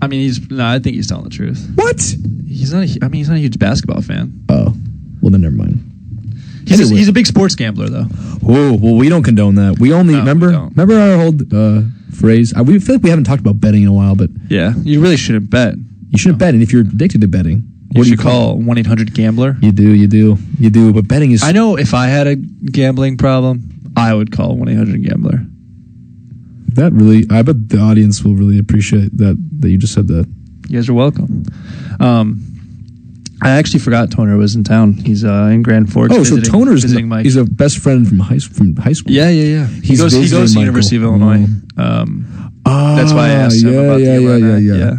[SPEAKER 1] I mean, he's no. I think he's telling the truth.
[SPEAKER 2] What?
[SPEAKER 1] He's not. A, hu- I mean, he's not a huge basketball fan.
[SPEAKER 2] Oh, well, then never mind.
[SPEAKER 1] He's,
[SPEAKER 2] Anyway.
[SPEAKER 1] a, he's a big sports gambler, though.
[SPEAKER 2] Whoa, well, we don't condone that. We only,
[SPEAKER 1] No, we
[SPEAKER 2] remember
[SPEAKER 1] don't.
[SPEAKER 2] remember our old uh, phrase? I, we feel like we haven't talked about betting in a while, but
[SPEAKER 1] Yeah, you really shouldn't bet.
[SPEAKER 2] you shouldn't bet. And if you're addicted to betting,
[SPEAKER 1] You
[SPEAKER 2] what do you
[SPEAKER 1] should call one eight hundred gambler.
[SPEAKER 2] You do, you do, you do. But betting is
[SPEAKER 1] I know if I had a gambling problem, I would call one eight hundred gambler.
[SPEAKER 2] that really. I bet the audience will really appreciate that that you just said that.
[SPEAKER 1] You guys are welcome. Um, I actually forgot Toner was in town. He's uh, in Grand Forks.
[SPEAKER 2] Oh,
[SPEAKER 1] visiting,
[SPEAKER 2] so Toner's
[SPEAKER 1] visiting Mike.
[SPEAKER 2] he's a best friend from high from high school.
[SPEAKER 1] yeah, yeah, yeah. He
[SPEAKER 2] He's
[SPEAKER 1] goes. He
[SPEAKER 2] visiting
[SPEAKER 1] goes to
[SPEAKER 2] Michael. Mm-hmm.
[SPEAKER 1] University of Illinois. Um,
[SPEAKER 2] Ah,
[SPEAKER 1] that's why I asked him
[SPEAKER 2] yeah,
[SPEAKER 1] about
[SPEAKER 2] yeah,
[SPEAKER 1] the
[SPEAKER 2] yeah,
[SPEAKER 1] alumni.
[SPEAKER 2] yeah, yeah.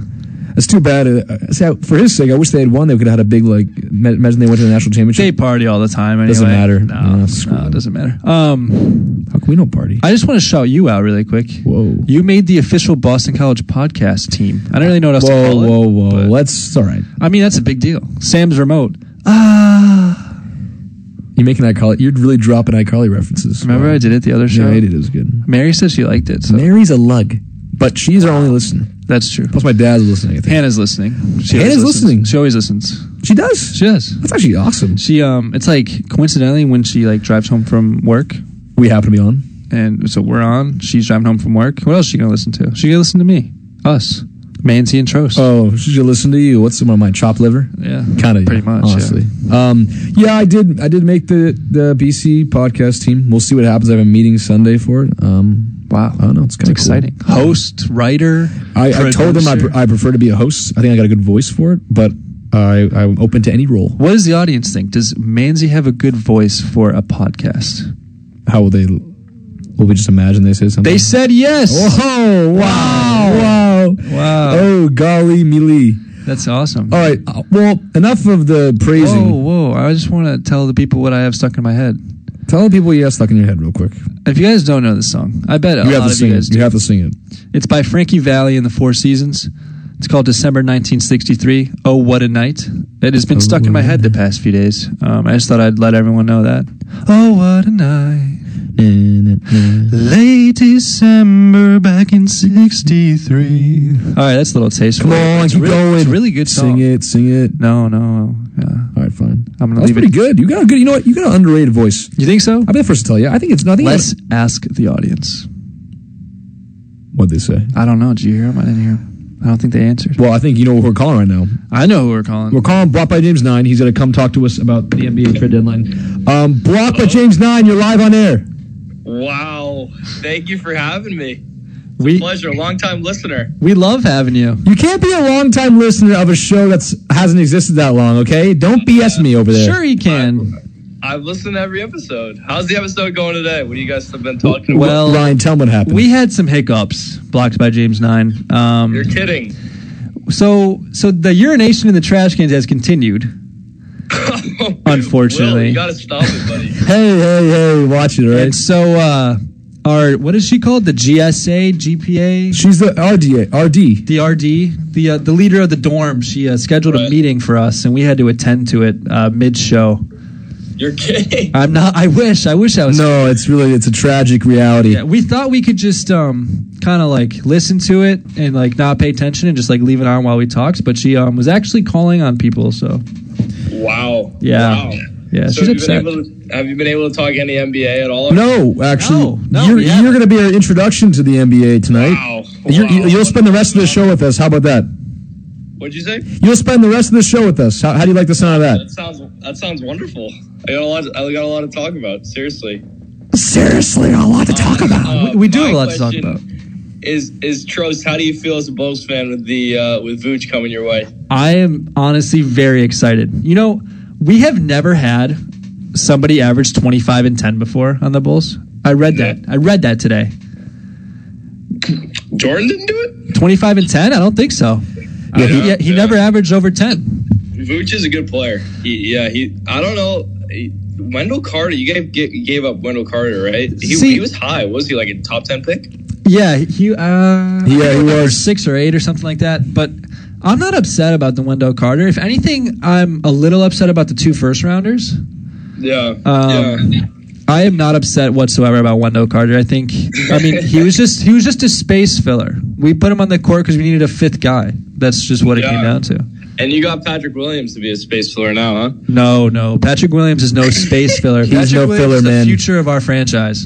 [SPEAKER 2] That's too bad. Uh, see, I- for his sake, I wish they had won. They could have had a big like. ma- Imagine they went to the national championship.
[SPEAKER 1] They party all the time. Anyway.
[SPEAKER 2] Doesn't matter.
[SPEAKER 1] No,
[SPEAKER 2] Yeah, screw
[SPEAKER 1] no,
[SPEAKER 2] them.
[SPEAKER 1] it doesn't matter. Um,
[SPEAKER 2] How can we don't party?
[SPEAKER 1] I just want to shout you out really quick.
[SPEAKER 2] Whoa.
[SPEAKER 1] You made the official Boston College podcast team. I don't really know what else
[SPEAKER 2] whoa,
[SPEAKER 1] to call
[SPEAKER 2] whoa,
[SPEAKER 1] it.
[SPEAKER 2] whoa,
[SPEAKER 1] but-
[SPEAKER 2] Let's. It's all right.
[SPEAKER 1] I mean, that's a big deal. Sam's remote. Ah.
[SPEAKER 2] You making iCarly? You're really dropping iCarly references.
[SPEAKER 1] Remember I did it the other show?
[SPEAKER 2] Yeah, I did. It was good.
[SPEAKER 1] Mary said she liked it, so
[SPEAKER 2] Mary's a lug, but she's our only listener.
[SPEAKER 1] that's true.
[SPEAKER 2] Plus, my dad's listening. I think
[SPEAKER 1] Hannah's listening. She
[SPEAKER 2] Hannah's
[SPEAKER 1] always listens.
[SPEAKER 2] listening.
[SPEAKER 1] She always listens.
[SPEAKER 2] she does.
[SPEAKER 1] She does.
[SPEAKER 2] That's actually awesome.
[SPEAKER 1] She um, it's like coincidentally when she like drives home from work,
[SPEAKER 2] We happen to be on.
[SPEAKER 1] and so we're on. She's driving home from work. What else is she gonna listen to? She gonna listen to me, us, Mancy and Trost.
[SPEAKER 2] Oh, she should listen to you. What's one of my chopped liver?
[SPEAKER 1] yeah,
[SPEAKER 2] Kind of,
[SPEAKER 1] pretty much. yeah.
[SPEAKER 2] honestly. Yeah. Um, yeah, I did. I did make the the BC podcast team. We'll see what happens. I have a meeting Sunday for it. Um,
[SPEAKER 1] Wow,
[SPEAKER 2] I don't know. It's
[SPEAKER 1] it's
[SPEAKER 2] kind of
[SPEAKER 1] exciting. Host, writer.
[SPEAKER 2] I, I told them I,
[SPEAKER 1] producer.
[SPEAKER 2] pre- I prefer to be a host. I think I got a good voice for it, but I, I'm open to any role.
[SPEAKER 1] what does the audience think? Does Manzi have a good voice for a podcast?
[SPEAKER 2] How will they? Will we just imagine they say something?
[SPEAKER 1] They said yes.
[SPEAKER 2] Mm. Oh wow! Wow!
[SPEAKER 1] Wow.
[SPEAKER 2] Oh golly, mealy.
[SPEAKER 1] That's awesome.
[SPEAKER 2] All right. uh, Well, enough of the praising.
[SPEAKER 1] Whoa, whoa! I just want to tell the people what I have stuck in my head.
[SPEAKER 2] Tell the people you got stuck in your head real quick.
[SPEAKER 1] If you guys don't know this song, I bet a
[SPEAKER 2] You
[SPEAKER 1] lot
[SPEAKER 2] have to
[SPEAKER 1] of you
[SPEAKER 2] sing
[SPEAKER 1] guys
[SPEAKER 2] it.
[SPEAKER 1] do.
[SPEAKER 2] You have to sing it.
[SPEAKER 1] It's by Frankie Valley and the Four Seasons. It's called December 1963. Oh, what a night! It has been
[SPEAKER 2] Oh,
[SPEAKER 1] stuck in my
[SPEAKER 2] what a
[SPEAKER 1] head the
[SPEAKER 2] night.
[SPEAKER 1] past few days. Um, I just thought I'd let everyone know that. Oh, what a night! Late December back in '63. All right, that's a little tasteful.
[SPEAKER 2] Come on,
[SPEAKER 1] it's
[SPEAKER 2] keep
[SPEAKER 1] really,
[SPEAKER 2] going.
[SPEAKER 1] It's a really good song.
[SPEAKER 2] Sing it. Sing it.
[SPEAKER 1] No, no, yeah.
[SPEAKER 2] All right, fine.
[SPEAKER 1] I'm gonna
[SPEAKER 2] That's
[SPEAKER 1] leave
[SPEAKER 2] pretty
[SPEAKER 1] it.
[SPEAKER 2] good. You got a good. You know what? You got an underrated voice.
[SPEAKER 1] You think so?
[SPEAKER 2] I'll be the first to tell you. I think it's nothing.
[SPEAKER 1] Let's ask the audience.
[SPEAKER 2] What they say.
[SPEAKER 1] I don't know. Did you hear them? I didn't hear them. I don't think they answered.
[SPEAKER 2] Well, I think you know what we're calling right now.
[SPEAKER 1] I know who we're calling.
[SPEAKER 2] We're calling Brought by James Nine. He's going to come talk to us about the NBA trade deadline. Um, Brought by James Nine, you're live on air.
[SPEAKER 5] Wow. Thank you for having me.
[SPEAKER 1] we
[SPEAKER 5] Pleasure. Long time listener.
[SPEAKER 1] we love having you.
[SPEAKER 2] You can't be a longtime listener of a show that hasn't existed that long, okay? Don't BS me over there.
[SPEAKER 1] Sure, he can.
[SPEAKER 5] I've listened to every episode. How's the episode going today? What do you guys have been talking about?
[SPEAKER 1] Well,
[SPEAKER 2] Ryan, tell me what happened.
[SPEAKER 1] we had some hiccups blocked by James Nine. Um,
[SPEAKER 5] You're kidding.
[SPEAKER 1] so, so the urination in the trash cans has continued. Unfortunately.
[SPEAKER 5] Will, you got to stop it, buddy.
[SPEAKER 2] hey, hey, hey, watch it, all right?
[SPEAKER 1] And so, uh, our what is she called? The GSA, GPA,
[SPEAKER 2] She's the RDA, RD.
[SPEAKER 1] the RD, the uh, the leader of the dorm. She uh, scheduled a
[SPEAKER 5] Right.
[SPEAKER 1] meeting for us, and we had to attend to it uh, mid show.
[SPEAKER 5] You're kidding.
[SPEAKER 1] I'm not. I wish. I wish I was.
[SPEAKER 2] No, it's really, it's a tragic reality.
[SPEAKER 1] Yeah, we thought we could just um, kind of like listen to it and like not pay attention and just like leave it on while we talked. But she um, was actually calling on people, so
[SPEAKER 5] Wow.
[SPEAKER 1] Yeah.
[SPEAKER 5] Wow.
[SPEAKER 1] yeah,
[SPEAKER 5] So
[SPEAKER 1] she's
[SPEAKER 5] have you, been
[SPEAKER 1] upset.
[SPEAKER 5] able to, have you been able to talk any NBA at all?
[SPEAKER 2] No, actually,
[SPEAKER 1] No, no,
[SPEAKER 2] you're,
[SPEAKER 1] we haven't.
[SPEAKER 2] you're going to be our introduction to the NBA tonight.
[SPEAKER 5] Wow.
[SPEAKER 2] You're,
[SPEAKER 5] Wow.
[SPEAKER 2] You'll spend the rest of the show with us. How about that?
[SPEAKER 5] What'd you say?
[SPEAKER 2] You'll spend the rest of the show with us. How, how do you like the sound of that?
[SPEAKER 5] That sounds that sounds wonderful. I got a lot. I got a lot to talk about. Seriously.
[SPEAKER 2] Seriously, a lot to talk about.
[SPEAKER 5] Uh,
[SPEAKER 1] we do
[SPEAKER 5] my
[SPEAKER 1] have a lot to talk
[SPEAKER 5] question
[SPEAKER 1] about.
[SPEAKER 5] Is is Trost? How do you feel as a Bulls fan with the uh, with Vooch coming your way?
[SPEAKER 1] I am honestly very excited. You know, we have never had somebody average 25 and 10 before on the Bulls. I read that. I read that today.
[SPEAKER 5] Jordan didn't do it.
[SPEAKER 1] 25 and 10? I don't think so. Yeah, he,
[SPEAKER 5] Yeah.
[SPEAKER 1] he never averaged over 10.
[SPEAKER 5] Vooch is a good player. He, yeah, he. I don't know. He- Wendell Carter, you gave get, gave up Wendell Carter, right? He,
[SPEAKER 1] See-
[SPEAKER 5] he was high. What Was he like a top ten pick?
[SPEAKER 1] Yeah, he uh
[SPEAKER 2] Yeah, he was.
[SPEAKER 1] 6 or 8 or something like that, but I'm not upset about the Wendell Carter. If anything, I'm a little upset about the two first rounders.
[SPEAKER 5] Yeah,
[SPEAKER 1] Um,
[SPEAKER 5] yeah.
[SPEAKER 1] I am not upset whatsoever about Wendell Carter. I think, I mean, he was just he was just a space filler. We put him on the court because we needed a fifth guy. That's just what it came
[SPEAKER 5] Yeah.
[SPEAKER 1] down to.
[SPEAKER 5] And you got Patrick Williams to be a space filler now, huh?
[SPEAKER 1] No, no, Patrick Williams is no space filler. He's Patrick
[SPEAKER 2] no
[SPEAKER 1] Williams
[SPEAKER 2] filler,
[SPEAKER 1] is the
[SPEAKER 2] man.
[SPEAKER 1] future of our franchise.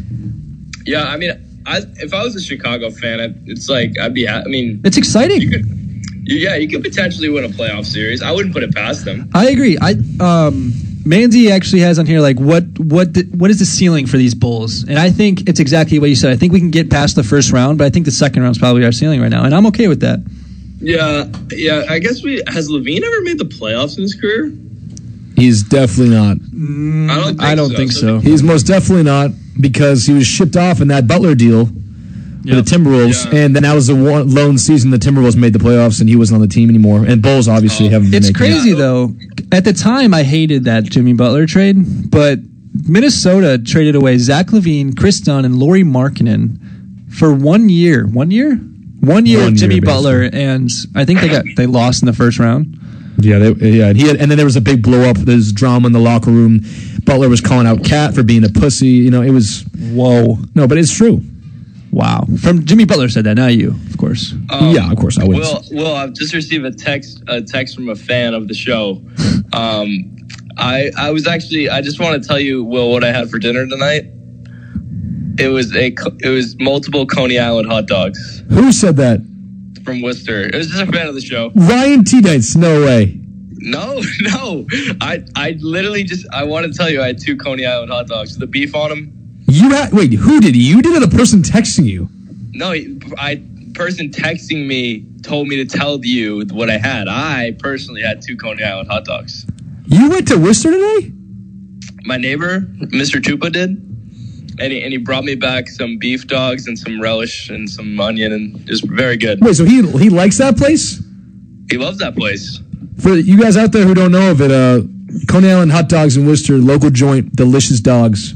[SPEAKER 5] Yeah, I mean, I, if I was a Chicago fan, I, it's like I'd be. ha- I mean,
[SPEAKER 1] It's exciting.
[SPEAKER 5] you could. You, yeah, you could potentially win a playoff series. I wouldn't put it past them.
[SPEAKER 1] I agree. I um Manzi actually has on here like what what the, what is the ceiling for these Bulls? And I think it's exactly what you said. I think we can get past the first round, but I think the second round's probably our ceiling right now, and I'm okay with that.
[SPEAKER 5] Yeah, yeah. I guess we has Levine ever made the playoffs in his career?
[SPEAKER 2] He's definitely not.
[SPEAKER 5] I don't. Think
[SPEAKER 1] I don't think so.
[SPEAKER 2] He's most definitely not because he was shipped off in that Butler deal with the Timberwolves,
[SPEAKER 5] Yeah.
[SPEAKER 2] and then that was the one lone season the Timberwolves made the playoffs, and he wasn't on the team anymore. And Bulls obviously
[SPEAKER 5] Oh.
[SPEAKER 2] haven't. Been
[SPEAKER 1] It's
[SPEAKER 2] making it.
[SPEAKER 1] crazy though. At the time, I hated that Jimmy Butler trade, but Minnesota traded away Zach Levine, Chris Dunn, and Laurie Markkinen for one year. One year. One year
[SPEAKER 2] One
[SPEAKER 1] of
[SPEAKER 2] year,
[SPEAKER 1] Jimmy Butler, and I think they got they lost in the first round.
[SPEAKER 2] Yeah, they, yeah. And he had, and then there was a big blow up. There's drama in the locker room. Butler was calling out Cat for being a pussy. You know, it was
[SPEAKER 1] Whoa!
[SPEAKER 2] no, but it's true.
[SPEAKER 1] Wow. From Jimmy Butler said that, not you, of course.
[SPEAKER 5] Um,
[SPEAKER 2] yeah, of course I would.
[SPEAKER 5] Well, well, I've just received a text a text from a fan of the show. Um, I I was actually I just want to tell you, Will, what I had for dinner tonight. It was a co- it was multiple Coney Island hot dogs
[SPEAKER 2] Who said that?
[SPEAKER 5] from Worcester. It was just a fan of the show.
[SPEAKER 2] Ryan T. Dites. No way.
[SPEAKER 5] No, [LAUGHS] no, I I literally just I want to tell you I had two Coney Island hot dogs. The beef on them.
[SPEAKER 2] You had, wait. Who did it? You did it? A person texting you?
[SPEAKER 5] No, I person texting me told me to tell you what I had. I personally had two Coney Island hot dogs.
[SPEAKER 2] You went to Worcester today?
[SPEAKER 5] my neighbor, Mr. Tupa, did. And he, and he brought me back some beef dogs and some relish and some onion and it was very good.
[SPEAKER 2] Wait. So he he likes that place.
[SPEAKER 5] He loves that place.
[SPEAKER 2] For you guys out there who don't know of it, uh, Coney Island hot dogs in Worcester, local joint, delicious dogs.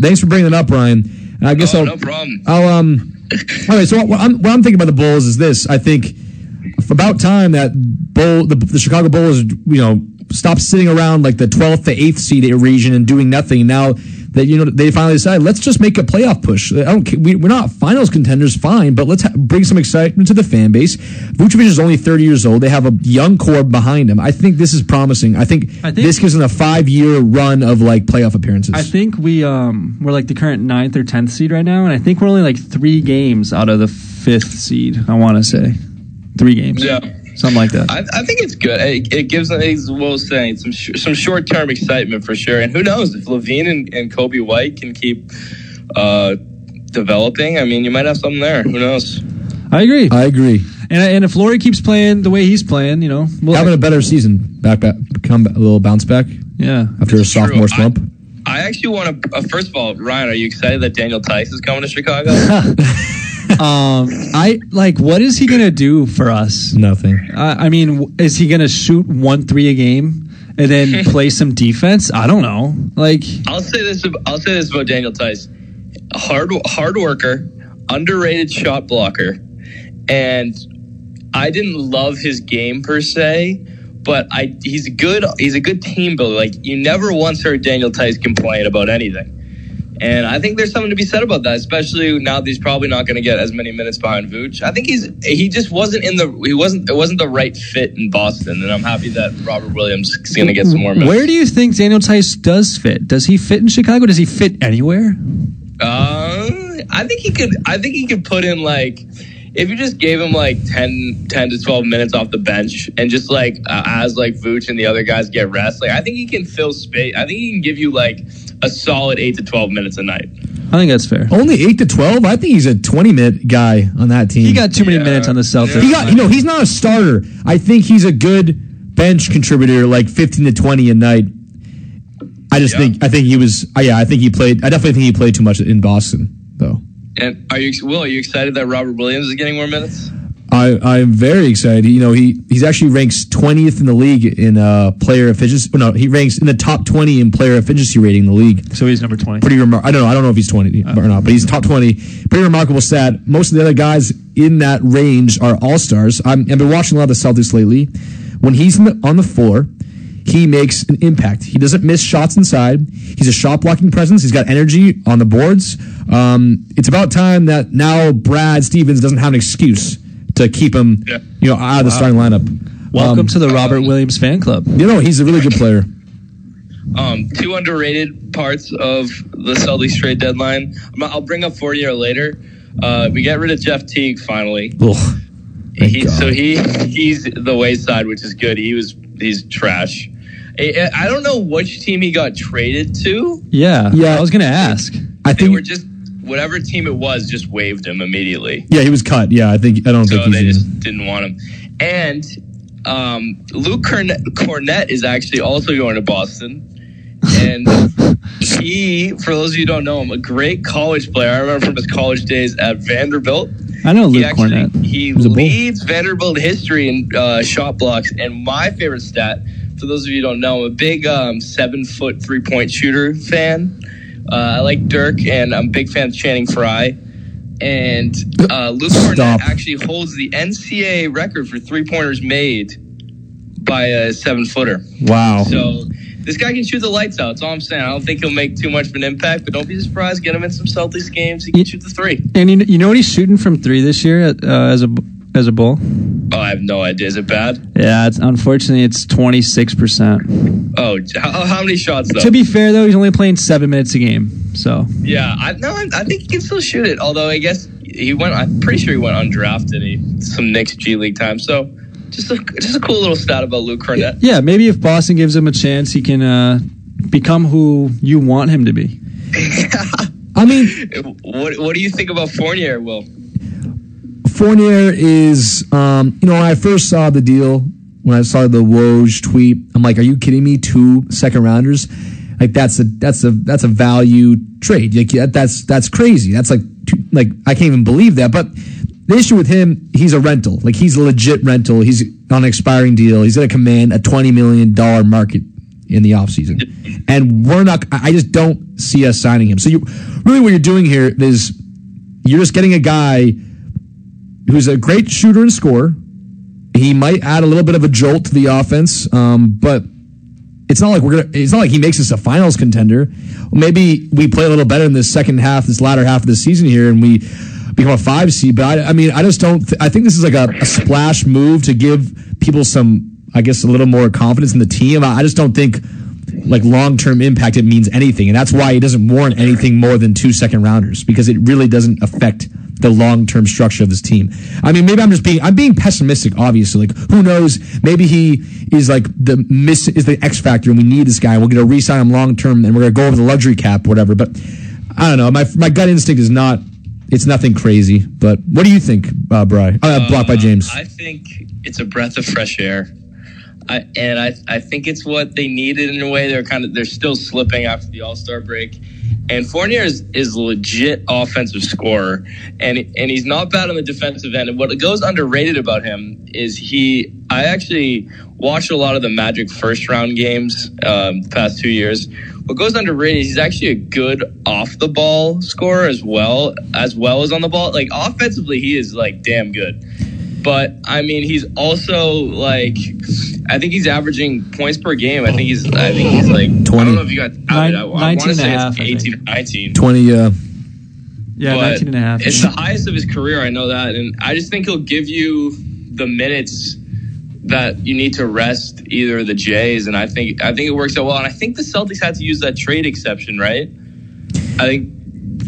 [SPEAKER 2] Thanks for bringing it up, Ryan. And I guess
[SPEAKER 5] Oh,
[SPEAKER 2] I'll
[SPEAKER 5] no problem.
[SPEAKER 2] I'll um. All right. So what I'm, what I'm thinking about the Bulls is this. I think about time that bull the, the Chicago Bulls you know stop sitting around like the 12th to 8th seed region and doing nothing. Now that you know they finally decide, let's just make a playoff push. I don't. ca- We, we're not finals contenders, fine, but let's ha- bring some excitement to the fan base. Vucevic is only 30 years old. They have a young core behind him. I think this is promising. I think,
[SPEAKER 6] I think-
[SPEAKER 2] this gives them a five year run of like playoff appearances.
[SPEAKER 6] I think we um we're like the current ninth or tenth seed right now, and I think we're only like three games out of the fifth seed. I want to say three games.
[SPEAKER 5] Yeah.
[SPEAKER 6] something like that.
[SPEAKER 5] I, I think it's good. It, it gives, as Will was saying, some sh- some short term excitement for sure. And who knows if Levine and, and Kobe White can keep uh, developing? I mean, you might have something there. Who knows?
[SPEAKER 6] I agree.
[SPEAKER 2] I agree.
[SPEAKER 6] and and if Laurie keeps playing the way he's playing, you know, we'll,
[SPEAKER 2] Having a better season, back back, come a little bounce back
[SPEAKER 6] yeah.
[SPEAKER 2] [LAUGHS] after a
[SPEAKER 5] It's true.
[SPEAKER 2] sophomore
[SPEAKER 5] I-
[SPEAKER 2] slump.
[SPEAKER 5] I actually want to. Uh, first of all, Ryan, are you excited that Daniel Tice is coming to Chicago? [LAUGHS]
[SPEAKER 1] Um, I like. What is he gonna do for us?
[SPEAKER 2] Nothing.
[SPEAKER 1] I, I mean, w- is he gonna shoot one three a game and
[SPEAKER 5] [LAUGHS]
[SPEAKER 1] then play some defense? I don't know. Like,
[SPEAKER 5] I'll say this. ab- I'll say this about Daniel Tice: hard, hard worker, underrated shot blocker, and I didn't love his game per se, but I he's a good. He's a good team builder. Like you never once heard Daniel Tice complain about anything. And I think there's something to be said about that, especially now that he's probably not going to get as many minutes behind Vooch. I think he's he just wasn't in the he wasn't it wasn't the right fit in Boston, and I'm happy that Robert Williams is going to get some more minutes.
[SPEAKER 1] where do you think Daniel Tice does fit? Does he fit in Chicago? Does he fit anywhere?
[SPEAKER 5] Uh, I think he could. I think he could put in like if you just gave him like 10, 10 to twelve minutes off the bench and just like uh, as like Vooch and the other guys get rest. Like I think he can fill space. I think he can give you like a solid eight to twelve minutes a night.
[SPEAKER 1] I think that's fair.
[SPEAKER 2] Only eight to twelve. I think he's a twenty minute guy on that team.
[SPEAKER 1] He got too many
[SPEAKER 5] Yeah.
[SPEAKER 1] minutes on the Celtics.
[SPEAKER 2] He got. You know, he's not a starter. I think he's a good bench contributor, like fifteen to twenty a night. I just
[SPEAKER 5] Yeah.
[SPEAKER 2] think. I think he was. Uh, yeah, I think he played. I definitely think he played too much in Boston, though.
[SPEAKER 5] And are you Will? Are you excited that Robert Williams is getting more minutes?
[SPEAKER 2] I, I'm very excited. You know, he he's actually ranks 20th in the league in uh, player efficiency. No, he ranks in the top 20 in player efficiency rating in the league.
[SPEAKER 6] So he's number twenty.
[SPEAKER 2] pretty remar- I don't know. I don't know if he's 20
[SPEAKER 5] Uh,
[SPEAKER 2] or not, but he's top 20. Pretty remarkable stat. Most of the other guys in that range are all stars. I'm, I've been watching a lot of the Celtics lately. When he's in the, on the floor, he makes an impact. He doesn't miss shots inside. He's a shot blocking presence. He's got energy on the boards. Um, it's about time that now Brad Stevens doesn't have an excuse to keep him,
[SPEAKER 5] Yeah.
[SPEAKER 2] you know, out of the starting lineup.
[SPEAKER 1] Welcome
[SPEAKER 2] Um,
[SPEAKER 1] to the Robert Williams fan club.
[SPEAKER 2] you know he's a really good player.
[SPEAKER 5] Um, two underrated parts of the Celtics trade deadline. I'm- I'll bring up forty or later. Uh, we got rid of Jeff Teague finally.
[SPEAKER 2] Ugh. Thank
[SPEAKER 5] he,
[SPEAKER 2] God.
[SPEAKER 5] so he he's the wayside, which is good. He was he's trash. I, I don't know which team he got traded to.
[SPEAKER 1] Yeah,
[SPEAKER 2] Yeah.
[SPEAKER 1] I was gonna ask.
[SPEAKER 2] I
[SPEAKER 5] They
[SPEAKER 2] think.
[SPEAKER 5] were just whatever team it was just waived him immediately.
[SPEAKER 2] yeah, he was cut. Yeah, I think I don't
[SPEAKER 5] So
[SPEAKER 2] think he's.
[SPEAKER 5] they
[SPEAKER 2] in.
[SPEAKER 5] just didn't want him. And um, Luke Cornet- Cornett is actually also going to Boston. And
[SPEAKER 2] [LAUGHS]
[SPEAKER 5] he, for those of you who don't know him, a great college player. I remember from his college days at Vanderbilt.
[SPEAKER 1] I know
[SPEAKER 5] He
[SPEAKER 1] Luke
[SPEAKER 5] actually
[SPEAKER 1] Cornett.
[SPEAKER 5] he
[SPEAKER 2] was a Bull.
[SPEAKER 5] leads Vanderbilt history in uh, shot blocks. And my favorite stat, for those of you who don't know, I'm a big um, seven foot three point shooter fan. Uh, I like Dirk, and I'm a big fan of Channing Frye. And uh, Luke Cornett
[SPEAKER 2] Stop.
[SPEAKER 5] actually holds the NCAA record for three pointers made by a seven footer.
[SPEAKER 2] Wow.
[SPEAKER 5] So this guy can shoot the lights out. That's all I'm saying. I don't think he'll make too much of an impact, but don't be surprised. Get him in some Celtics games. He can shoot the three.
[SPEAKER 1] And you know, you know what he's shooting from three this year at, uh, as a as a bull?
[SPEAKER 5] Oh, I have no idea. Is it bad?
[SPEAKER 1] Yeah, it's unfortunately it's twenty six percent.
[SPEAKER 5] Oh, j- how, how many shots though?
[SPEAKER 1] To be fair though, he's only playing seven minutes a game, so
[SPEAKER 5] yeah, I no, I, I think he can still shoot it. Although I guess he went. I'm pretty sure he went undrafted. He some Knicks G League time. So just a just a cool little stat about Luke Cornett.
[SPEAKER 1] yeah, maybe if Boston gives him a chance, he can uh, become who you want him to be.
[SPEAKER 2] I mean,
[SPEAKER 5] what what do you think about Fournier? Will
[SPEAKER 2] Fournier is, um, you know, when I first saw the deal, when I saw the Woj tweet, I'm like, are you kidding me? Two second rounders, like that's a that's a that's a value trade. Like yeah, that's that's crazy. That's like two, like I can't even believe that. But the issue with him, he's a rental. Like he's a legit rental. He's on an expiring deal. He's going to command a twenty million dollar market in the offseason. and we're not. I I just don't see us signing him. So you really what you're doing here is you're just getting a guy who's a great shooter and scorer. He might add a little bit of a jolt to the offense, um, but it's not like we're gonna. It's not like he makes us a finals contender. Maybe we play a little better in this second half, this latter half of the season here, and we become a five seed. But I, I mean, I just don't. Th- I think this is like a, a splash move to give people some, I guess, a little more confidence in the team. I, I just don't think like long term impact it means anything, and that's why it doesn't warrant anything more than two second rounders because it really doesn't affect the long term structure of this team. I mean, maybe I'm just being I'm being pessimistic. Obviously, like who knows? Maybe he is like the miss is the X factor, and we need this guy. We're gonna re-sign him long term, and we're gonna go over the luxury cap, whatever. But I don't know. My my gut instinct is not. It's nothing crazy. But what do you think, uh, Bry? Uh, blocked by James.
[SPEAKER 5] I think it's a breath of fresh air. I, and I, I think it's what they needed in a way. They're kind of they're still slipping after the All Star break. And Fournier is, is a legit offensive scorer, and and he's not bad on the defensive end. And what goes underrated about him is he. I actually watched a lot of the Magic first round games um, the past two years. What goes underrated is he's actually a good off the ball scorer as well as well as on the ball. Like offensively, he is like damn good but I mean, he's also like, I think he's averaging points per game. I think he's, I think he's like,
[SPEAKER 2] 20.
[SPEAKER 5] I don't know if you got, I,
[SPEAKER 1] Nine-
[SPEAKER 5] I, I want
[SPEAKER 1] 19 and
[SPEAKER 5] to
[SPEAKER 1] a
[SPEAKER 5] say
[SPEAKER 1] half,
[SPEAKER 5] it's
[SPEAKER 1] I
[SPEAKER 5] 18, 19.
[SPEAKER 2] Twenty. Uh,
[SPEAKER 1] Yeah,
[SPEAKER 5] but
[SPEAKER 1] nineteen and a half.
[SPEAKER 5] It's the highest of his career. I know that, and I just think he'll give you the minutes that you need to rest either of the Jays, and I think I think it works out well. And I think the Celtics had to use that trade exception, right? I think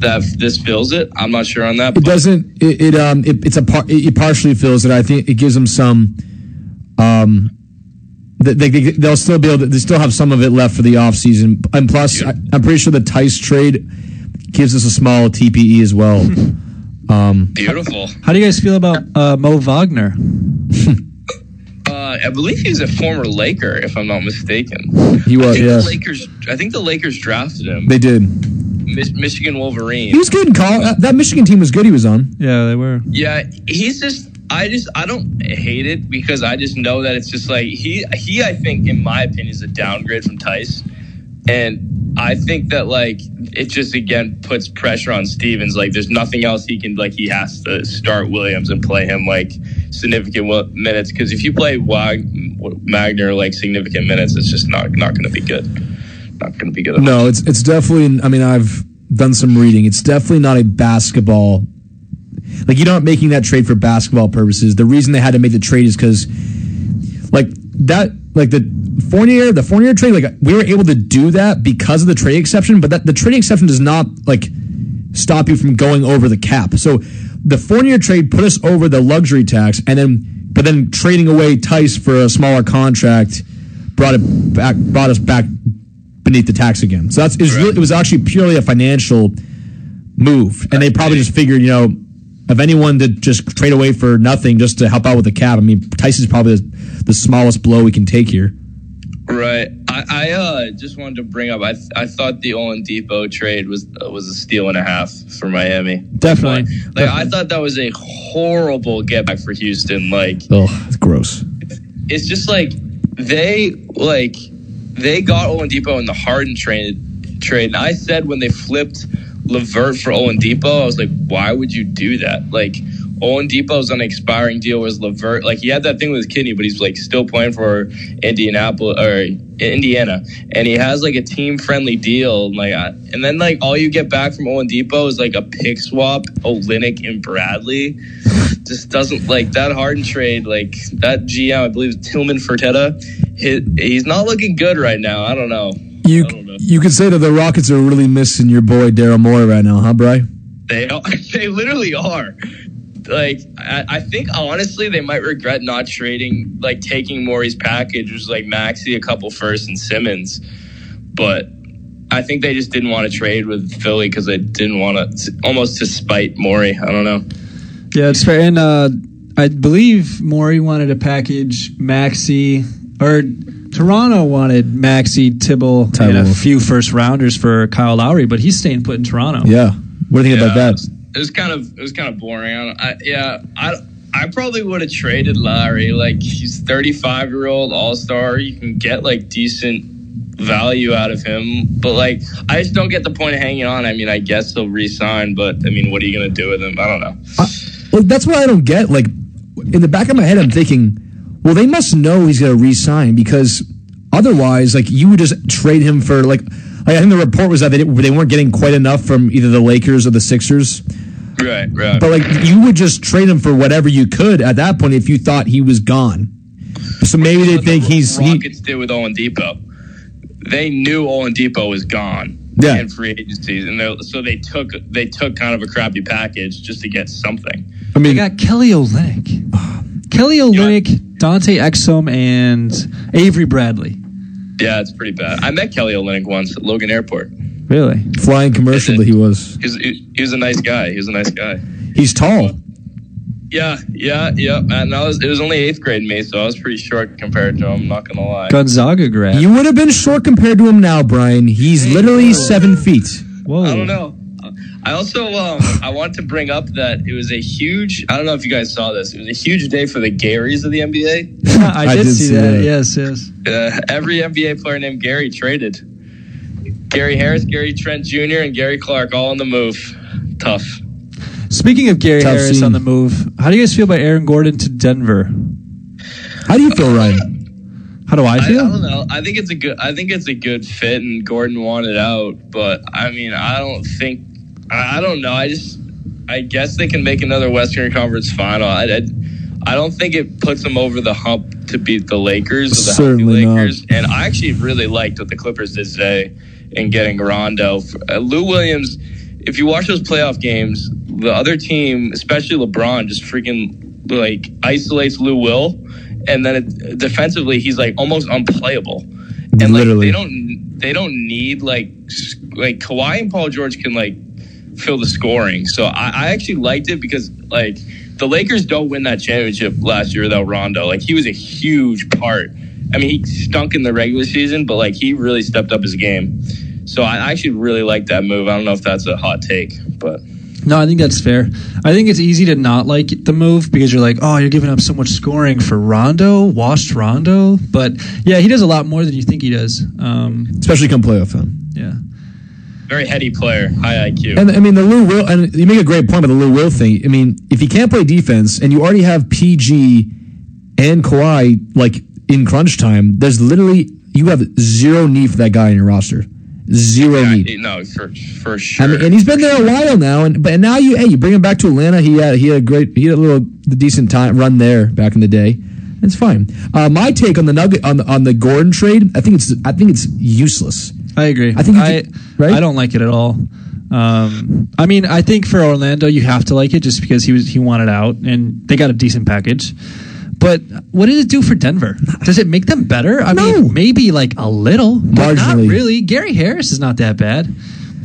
[SPEAKER 5] that this fills it. I'm not sure on that.
[SPEAKER 2] It
[SPEAKER 5] but-
[SPEAKER 2] doesn't. It, it um. It, it's a par, it, it partially fills it. I think it gives them some. Um, th- they, they they'll still be able. To, they still have some of it left for the off season. And plus, I, I'm pretty sure the Tice trade gives us a small TPE as well. um,
[SPEAKER 5] Beautiful.
[SPEAKER 1] How do you guys feel about uh, Mo Wagner?
[SPEAKER 5] Uh, I believe he was a former Laker, if I'm not mistaken.
[SPEAKER 2] he
[SPEAKER 5] I
[SPEAKER 2] was.
[SPEAKER 5] think
[SPEAKER 2] Oh, Yeah,
[SPEAKER 5] the Lakers. I think the Lakers drafted him.
[SPEAKER 2] they did.
[SPEAKER 5] Mich- Michigan
[SPEAKER 2] He
[SPEAKER 5] Wolverine.
[SPEAKER 2] was good in college. That, that Michigan team was good. He was on.
[SPEAKER 1] Yeah, they were.
[SPEAKER 5] Yeah, he's just. I just. I don't hate it because I just know that it's just like he. He. I think, in my opinion, is a downgrade from Tice, and I think that like it just again puts pressure on Stevens. Like, there's nothing else he can. Like, he has to start Williams and play him like significant wi- minutes because if you play Wag- Magner like significant minutes, it's just not not going to be good. Not going to be good. At all.
[SPEAKER 2] No, it's it's definitely. I mean, I've done some reading. It's definitely not a basketball. Like you're not making that trade for basketball purposes. The reason they had to make the trade is because, like that, like the Fournier, the Fournier trade. Like we were able to do that because of the trade exception, but that the trade exception does not like stop you from going over the cap. So the Fournier trade put us over the luxury tax, and then but then trading away Tice for a smaller contract brought it back brought us back beneath the tax again. So that's it was, really, it was actually purely a financial move, and they probably just figured you know If anyone to just trade away for nothing just to help out with the cap, I mean, Tyson's probably the, the smallest blow we can take here.
[SPEAKER 5] Right. I, I uh, just wanted to bring up. I th- I thought the Olin Depot trade was uh, was a steal and a half for Miami.
[SPEAKER 2] Definitely.
[SPEAKER 5] Like I thought that was a horrible get back for Houston. Like
[SPEAKER 2] Oh, that's gross.
[SPEAKER 5] it's just like they like they got Olin Depot in the Harden trade trade, and I said when they flipped Levert for Olin Depot, I was like, why would you do that? Like Olin Depot's on an expiring deal, whereas Levert, like he had that thing with his kidney, but he's like still playing for Indianapolis or Indiana, and he has like a team friendly deal, and, like I- and then like all you get back from Olin Depot is like a pick swap, Olinick and Bradley just doesn't like that Harden trade. Like that GM, I believe is Tillman Fertetta. He, he's not looking good right now. I don't know.
[SPEAKER 2] You
[SPEAKER 5] I don't know.
[SPEAKER 2] you could say that the Rockets are really missing your boy Daryl Morey right now, huh, Bry?
[SPEAKER 5] They are, [LAUGHS] they literally are. Like I, I think honestly, they might regret not trading, like taking Maury's package, which was like Maxi, a couple firsts, and Simmons. But I think they just didn't want to trade with Philly because they didn't want to, almost to spite Maury. I don't know.
[SPEAKER 1] Yeah, it's fair. And uh, I believe Maury wanted to package Maxi, or Toronto wanted Maxi, Tibble, and a
[SPEAKER 2] Tybalt.
[SPEAKER 1] few first rounders for Kyle Lowry, but he's staying put in Toronto.
[SPEAKER 2] Yeah. What do you think about
[SPEAKER 5] Yeah,
[SPEAKER 2] that?
[SPEAKER 5] It was kind of it was kind of boring. I, don't- I yeah, I I probably would have traded Larry. Like he's thirty five year old all star. You can get like decent value out of him, but like I just don't get the point of hanging on. I mean, I guess they'll resign, but I mean, what are you gonna do with him? I don't know.
[SPEAKER 2] Well, that's what I don't get. Like, in the back of my head, I'm thinking, well, they must know he's going to re-sign because otherwise, like, you would just trade him for like. I think the report was that they, didn't- they weren't getting quite enough from either the Lakers or the Sixers,
[SPEAKER 5] Right, right.
[SPEAKER 2] but like you would just trade him for whatever you could at that point if you thought he was gone. So maybe they
[SPEAKER 5] What the
[SPEAKER 2] think he's he,
[SPEAKER 5] Rockets did with Olin Depot. They knew Olin Depot was gone.
[SPEAKER 2] Yeah.
[SPEAKER 5] in free agencies, and they're- so they took they took kind of a crappy package just to get something.
[SPEAKER 2] I
[SPEAKER 1] They
[SPEAKER 2] mean,
[SPEAKER 1] got Kelly Olynyk, Kelly Olynyk, Dante Exum, and Avery Bradley.
[SPEAKER 5] Yeah, it's pretty bad. I met Kelly Olynyk once at Logan Airport.
[SPEAKER 1] Really?
[SPEAKER 2] flying commercial that he was.
[SPEAKER 5] He was, he he was a nice guy. He was a nice guy.
[SPEAKER 2] He's tall.
[SPEAKER 5] Yeah, yeah, yeah. And I was it was only eighth grade me, so I was pretty short compared to him. Not gonna lie.
[SPEAKER 1] Gonzaga grad.
[SPEAKER 2] You would have been short compared to him now, Brian. He's literally seven feet.
[SPEAKER 1] Whoa.
[SPEAKER 5] I don't know. I also um, I want to bring up that it was a huge. I don't know if you guys saw this. It was a huge day for the Garys of the NBA.
[SPEAKER 1] [LAUGHS] I,
[SPEAKER 2] I
[SPEAKER 1] did
[SPEAKER 2] did
[SPEAKER 1] see,
[SPEAKER 2] see
[SPEAKER 1] that.
[SPEAKER 2] that.
[SPEAKER 1] Yes, yes.
[SPEAKER 5] Uh, every NBA player named Gary traded. Gary Harris, Gary Trent Jr., and Gary Clark all on the move. Tough.
[SPEAKER 1] Speaking of Gary
[SPEAKER 2] Tough
[SPEAKER 1] Harris
[SPEAKER 2] scene.
[SPEAKER 1] on the move, how do you guys feel about Aaron Gordon to Denver?
[SPEAKER 2] How do you feel, Ryan?
[SPEAKER 1] How do I
[SPEAKER 5] I, I
[SPEAKER 1] feel?
[SPEAKER 5] don't know. I think it's a good. I think it's a good fit, and Gordon wanted out. But I mean, I don't think. I, I don't know. I just. I guess they can make another Western Conference final. I, I, I don't think it puts them over the hump to beat the Lakers or the
[SPEAKER 2] Certainly
[SPEAKER 5] healthy
[SPEAKER 2] not.
[SPEAKER 5] Lakers. And I actually really liked what the Clippers did today in getting Rondo. Uh, Lou Williams. If you watch those playoff games, the other team, especially LeBron, just freaking like isolates Lou Will, and then it, defensively he's like almost unplayable. And like
[SPEAKER 2] Literally.
[SPEAKER 5] they don't they don't need like s- like Kawhi and Paul George can like fill the scoring. So I, I actually liked it because like the Lakers don't win that championship last year without Rondo. Like he was a huge part. I mean, he stunk in the regular season, but like he really stepped up his game. So I actually really like that move. I don't know if that's a hot take, but
[SPEAKER 1] No, I think that's fair. I think it's easy to not like the move because you're like, oh, you're giving up so much scoring for Rondo, washed Rondo. But yeah, he does a lot more than you think he does. Um,
[SPEAKER 2] Especially come playoff time.
[SPEAKER 1] yeah.
[SPEAKER 5] very heady player, high IQ.
[SPEAKER 2] And I mean the Lou Will and you make a great point about the Lou Will thing. I mean, if you can't play defense and you already have PG and Kawhi like in crunch time, there's literally you have zero need for that guy in your roster. Zero need.
[SPEAKER 5] Yeah, no, for for sure.
[SPEAKER 2] I mean, and he's been there a while now, and but now you hey you bring him back to Atlanta. He had he had a great he had a little decent time run there back in the day. It's fine. Uh, my take on the nugget on the on the Gordon trade, I think it's I think it's useless.
[SPEAKER 1] I agree.
[SPEAKER 2] I think you
[SPEAKER 1] I,
[SPEAKER 2] could- right?
[SPEAKER 1] I don't like it at all. Um, I mean, I think for Orlando, you have to like it just because he was he wanted out, and they got a decent package. But what does it do for Denver? Does it make them better? I
[SPEAKER 2] No.
[SPEAKER 1] mean, maybe like a little, but not
[SPEAKER 2] Marginally.
[SPEAKER 1] really. Gary Harris is not that bad.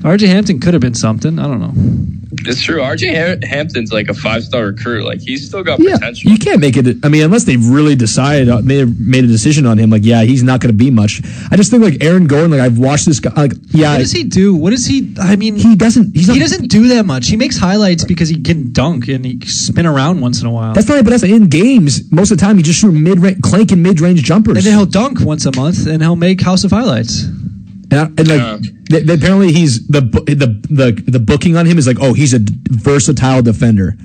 [SPEAKER 6] RJ Hampton could have been something. I don't know.
[SPEAKER 5] It's true. RJ Ham- Hampton's like a five star recruit. Like he's still got
[SPEAKER 2] Yeah,
[SPEAKER 5] potential.
[SPEAKER 2] you can't make it. I mean, unless they've really decided, uh, made a, made a decision on him. Like, yeah, he's not going to be much. I just think like Aaron Gordon. Like, I've watched this guy. Like, yeah,
[SPEAKER 1] What does he do? What does he? I mean,
[SPEAKER 2] he doesn't. He's not,
[SPEAKER 1] he doesn't do that much. He makes highlights because he can dunk and he spin around once in a while.
[SPEAKER 2] That's not. But that's in games. Most of the time, he just shoot mid range, clanking mid range jumpers.
[SPEAKER 1] and then he'll dunk once a month and he'll make House of Highlights.
[SPEAKER 2] And, I, and like
[SPEAKER 5] Yeah.
[SPEAKER 2] th- th- apparently he's the, bu- the the the booking on him is like oh he's a d- versatile defender,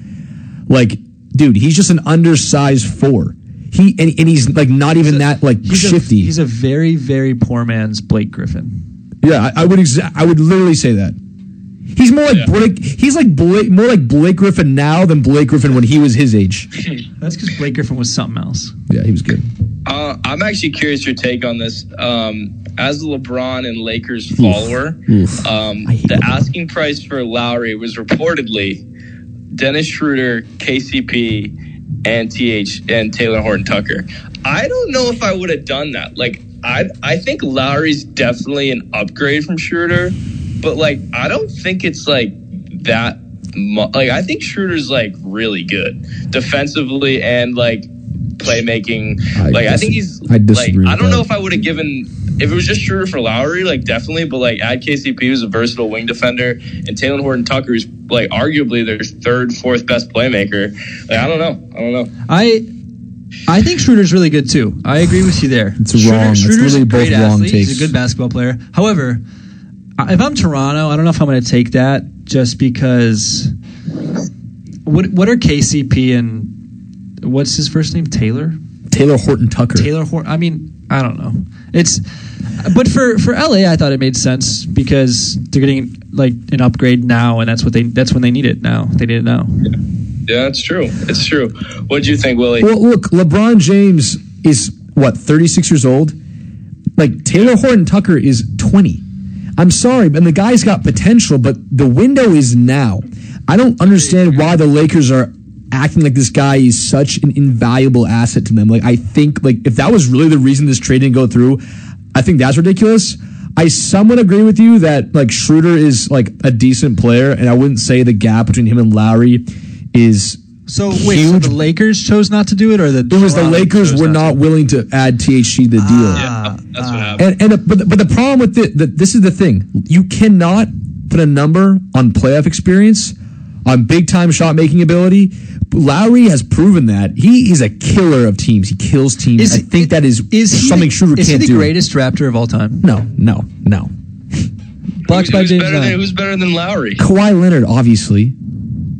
[SPEAKER 2] like dude he's just an undersized four. He and, and he's like not even that like
[SPEAKER 1] He's
[SPEAKER 2] shifty.
[SPEAKER 1] A, he's a very, very poor man's Blake Griffin.
[SPEAKER 2] yeah, I, I would exa- I would literally say that. He's more like
[SPEAKER 5] Yeah.
[SPEAKER 2] Blake. He's like Blake, more like Blake Griffin now than Blake Griffin when he was his age.
[SPEAKER 1] That's because Blake Griffin was something else.
[SPEAKER 2] Yeah, he was good.
[SPEAKER 5] Uh, I'm actually curious your take on this. Um, as a LeBron and Lakers follower,
[SPEAKER 2] Oof.
[SPEAKER 5] um,
[SPEAKER 2] I hate
[SPEAKER 5] the
[SPEAKER 2] LeBron.
[SPEAKER 5] asking price for Lowry was reportedly Dennis Schroeder, KCP, and TH and Taylor Horton Tucker. I don't know if I would have done that. Like I, I think Lowry's definitely an upgrade from Schroeder, but like I don't think it's like that. Mu- like I think Schroeder's like really good defensively and like playmaking.
[SPEAKER 2] I
[SPEAKER 5] like I
[SPEAKER 2] dis-
[SPEAKER 5] think he's.
[SPEAKER 2] I disagree
[SPEAKER 5] Like, I
[SPEAKER 2] with
[SPEAKER 5] don't
[SPEAKER 2] that.
[SPEAKER 5] know if I would have given if it was just Schroeder for Lowry, like definitely, but like add KCP who's a versatile wing defender and Taylor Horton Tucker who's like arguably their third, fourth best playmaker. Like I don't know, I don't know.
[SPEAKER 1] I I think Schroeder's really good too. I agree with you there.
[SPEAKER 2] It's wrong. It's literally both wrong takes.
[SPEAKER 1] He's a good basketball player. However, I- if I'm Toronto, I don't know if I'm going to take that just because. What what are KCP and what's his first name? Taylor
[SPEAKER 2] Taylor Horton Tucker.
[SPEAKER 1] Taylor Hor. I mean, I don't know. It's but for for LA, I thought it made sense because they're getting like an upgrade now, and that's what they that's when they need it now. They need it now.
[SPEAKER 5] Yeah, it's true. It's true. What do you think, Willie?
[SPEAKER 2] Well, look, LeBron James is what 36 years old. Like Taylor Horton Tucker is 20. I'm sorry, but the guy's got potential, but the window is now. I don't understand why the Lakers are acting like this guy is such an invaluable asset to them. Like I think like if that was really the reason this trade didn't go through, I think that's ridiculous. I somewhat agree with you that like Schroeder is like a decent player, and I wouldn't say the gap between him and Lowry is
[SPEAKER 1] So wait, so
[SPEAKER 2] Huge-
[SPEAKER 1] the Lakers chose not to do it, or the
[SPEAKER 2] it was the Lakers were not willing to add THC to the deal.
[SPEAKER 1] Ah.
[SPEAKER 5] yeah, that's
[SPEAKER 1] uh,
[SPEAKER 5] what happened.
[SPEAKER 2] And and but the, but the problem with the, the this is the thing. You cannot put a number on playoff experience, on big time shot making ability. Lowry has proven that he is a killer of teams. He kills teams. I think that is,
[SPEAKER 1] he
[SPEAKER 2] something
[SPEAKER 1] the,
[SPEAKER 2] Schroeder
[SPEAKER 1] is
[SPEAKER 2] can't
[SPEAKER 1] he the
[SPEAKER 2] do.
[SPEAKER 1] greatest Raptor of all time?
[SPEAKER 2] No, no, no.
[SPEAKER 1] Blocks
[SPEAKER 5] Who's,
[SPEAKER 1] by
[SPEAKER 5] who's
[SPEAKER 1] James
[SPEAKER 5] better than,
[SPEAKER 1] Harden.
[SPEAKER 5] who's better than Lowry?
[SPEAKER 2] Kawhi Leonard, obviously.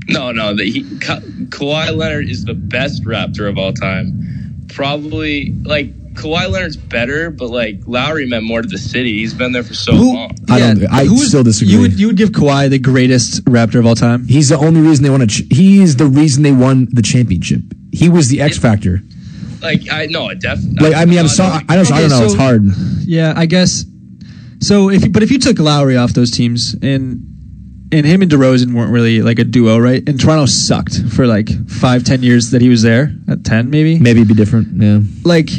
[SPEAKER 5] No, no. The, he, Ka- Kawhi Leonard is the best Raptor of all time. Probably like Kawhi Leonard's better, but like Lowry meant more to the city. He's been there for so long.
[SPEAKER 2] I don't- I
[SPEAKER 1] who is-
[SPEAKER 2] still disagree.
[SPEAKER 1] You would you would give Kawhi the greatest Raptor of all time?
[SPEAKER 2] He's the only reason they won a. Ch- he is the reason they won the championship. He was the X factor.
[SPEAKER 5] Like I no, definitely.
[SPEAKER 2] Like I mean, I'm sorry. I don't. I
[SPEAKER 1] Okay,
[SPEAKER 2] don't know. It's
[SPEAKER 1] so-
[SPEAKER 2] hard.
[SPEAKER 1] Yeah, I guess. So if you- but if you took Lowry off those teams and and him and DeRozan weren't really like a duo, right? And Toronto sucked for like five, ten years that he was there. At ten, maybe.
[SPEAKER 2] Maybe it'd be different. Yeah.
[SPEAKER 1] Like,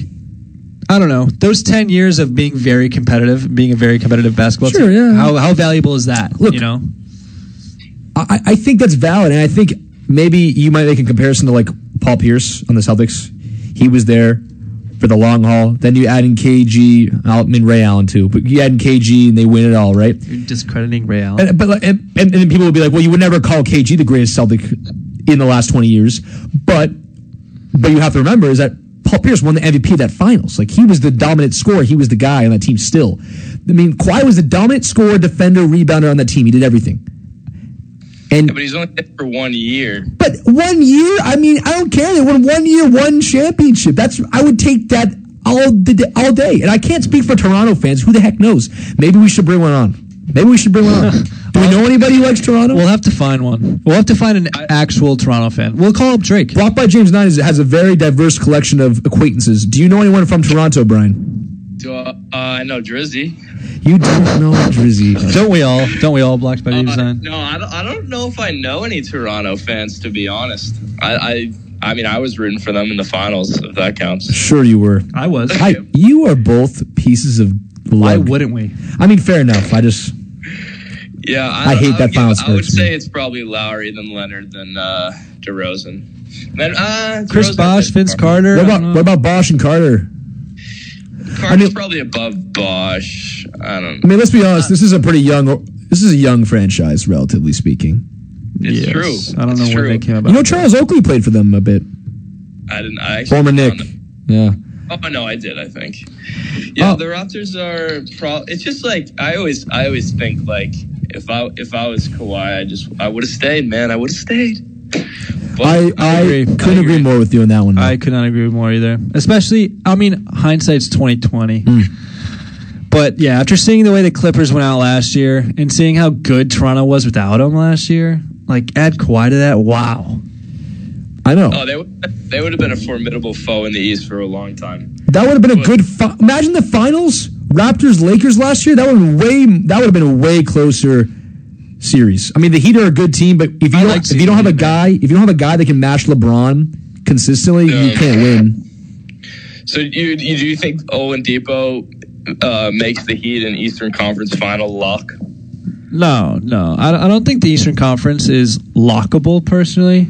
[SPEAKER 1] I don't know. Those ten years of being very competitive, being a very competitive basketball
[SPEAKER 2] Sure,
[SPEAKER 1] team.
[SPEAKER 2] yeah.
[SPEAKER 1] How how valuable is that?
[SPEAKER 2] Look,
[SPEAKER 1] you know.
[SPEAKER 2] I, I think that's valid, and I think maybe you might make a comparison to like Paul Pierce on the Celtics. He was there for the long haul. Then you add in KG. I mean Ray Allen too, but you add in KG and they win it all, right?
[SPEAKER 1] You're discrediting Ray Allen.
[SPEAKER 2] And, but like, and, and then people would be like, well, you would never call KG the greatest Celtic in the last twenty years, but but you have to remember is that. Paul Pierce won the MVP of that finals. Like he was the dominant scorer. He was the guy on that team still. I mean, Kawhi was the dominant scorer, defender, rebounder on that team. He did everything. And
[SPEAKER 5] but he's only there for one year.
[SPEAKER 2] but one year, I mean, I don't care. They won one year, one championship. That's I would take that all the day, all day. And I can't speak for Toronto fans. Who the heck knows? Maybe we should bring one on. Maybe we should bring [LAUGHS] one on. Do we know anybody who likes Toronto?
[SPEAKER 1] We'll have to find one. We'll have to find an actual Toronto fan. We'll call up Drake.
[SPEAKER 2] Blocked by James Nine is, has a very diverse collection of acquaintances. Do you know anyone from Toronto, Brian?
[SPEAKER 5] Do I, uh, I know Drizzy.
[SPEAKER 2] You don't know Drizzy.
[SPEAKER 1] Don't we all? Don't we all blocked by
[SPEAKER 5] Uh,
[SPEAKER 1] design?
[SPEAKER 5] no, I don't, I don't know if I know any Toronto fans to be honest. I, I I mean I was rooting for them in the finals if that counts.
[SPEAKER 2] Sure, you were.
[SPEAKER 1] I was.
[SPEAKER 2] I, you are both pieces of.
[SPEAKER 1] Why
[SPEAKER 2] Lug.
[SPEAKER 1] wouldn't we?
[SPEAKER 2] I mean, fair enough. I just
[SPEAKER 5] Yeah,
[SPEAKER 2] I hate
[SPEAKER 5] would
[SPEAKER 2] that
[SPEAKER 5] give-
[SPEAKER 2] bounce
[SPEAKER 5] I would
[SPEAKER 2] version.
[SPEAKER 5] say it's probably Lowry than Leonard than uh, DeRozan. Then, uh,
[SPEAKER 1] Chris
[SPEAKER 5] DeRozan-
[SPEAKER 1] Bosh, Vince Carter.
[SPEAKER 2] What
[SPEAKER 1] I
[SPEAKER 2] about
[SPEAKER 1] don't know.
[SPEAKER 2] what about Bosch and Carter?
[SPEAKER 5] Carter's
[SPEAKER 2] I mean-
[SPEAKER 5] probably above Bosh. I don't.
[SPEAKER 2] I mean, let's be honest. This is a pretty young. This is a young franchise, relatively speaking.
[SPEAKER 5] It's
[SPEAKER 6] Yes.
[SPEAKER 5] true.
[SPEAKER 6] I don't
[SPEAKER 5] It's
[SPEAKER 6] know
[SPEAKER 5] true.
[SPEAKER 6] where they came about.
[SPEAKER 2] You know, Charles Oakley played for them a bit.
[SPEAKER 5] I didn't. I actually
[SPEAKER 2] Former Nick.
[SPEAKER 5] didn't know.
[SPEAKER 2] Yeah.
[SPEAKER 5] Oh no, I did. I think. Yeah,
[SPEAKER 2] Oh.
[SPEAKER 5] the Raptors are. Pro- it's just like I always. I always think like if I if I was Kawhi, I just I would have stayed, man. I would have stayed. But
[SPEAKER 2] I, I,
[SPEAKER 6] agree.
[SPEAKER 2] couldn't
[SPEAKER 6] I
[SPEAKER 2] agree.
[SPEAKER 6] agree.
[SPEAKER 2] more with you on that one.
[SPEAKER 6] I could not agree more either. Especially, I mean, hindsight's twenty twenty. But yeah, after seeing the way the Clippers went out last year and seeing how good Toronto was without him last year, like add Kawhi to that, wow.
[SPEAKER 2] I know.
[SPEAKER 5] oh, they would. They would have been a formidable foe in the East for a long time.
[SPEAKER 2] That would have been a
[SPEAKER 5] But-
[SPEAKER 2] good. Fi- Imagine the finals, Raptors Lakers last year. That would have been way. That would have been a way closer series. I mean, the Heat are a good team, but if you don't,
[SPEAKER 1] like
[SPEAKER 2] if you don't have a
[SPEAKER 1] seeing the
[SPEAKER 2] guy, if you don't have a guy that can match LeBron consistently, you
[SPEAKER 5] Yeah.
[SPEAKER 2] can't win.
[SPEAKER 5] So you, you do you think Owen Depot uh, makes the Heat in Eastern Conference Final lock?
[SPEAKER 1] No, no. I, I don't think the Eastern Conference is lockable, personally.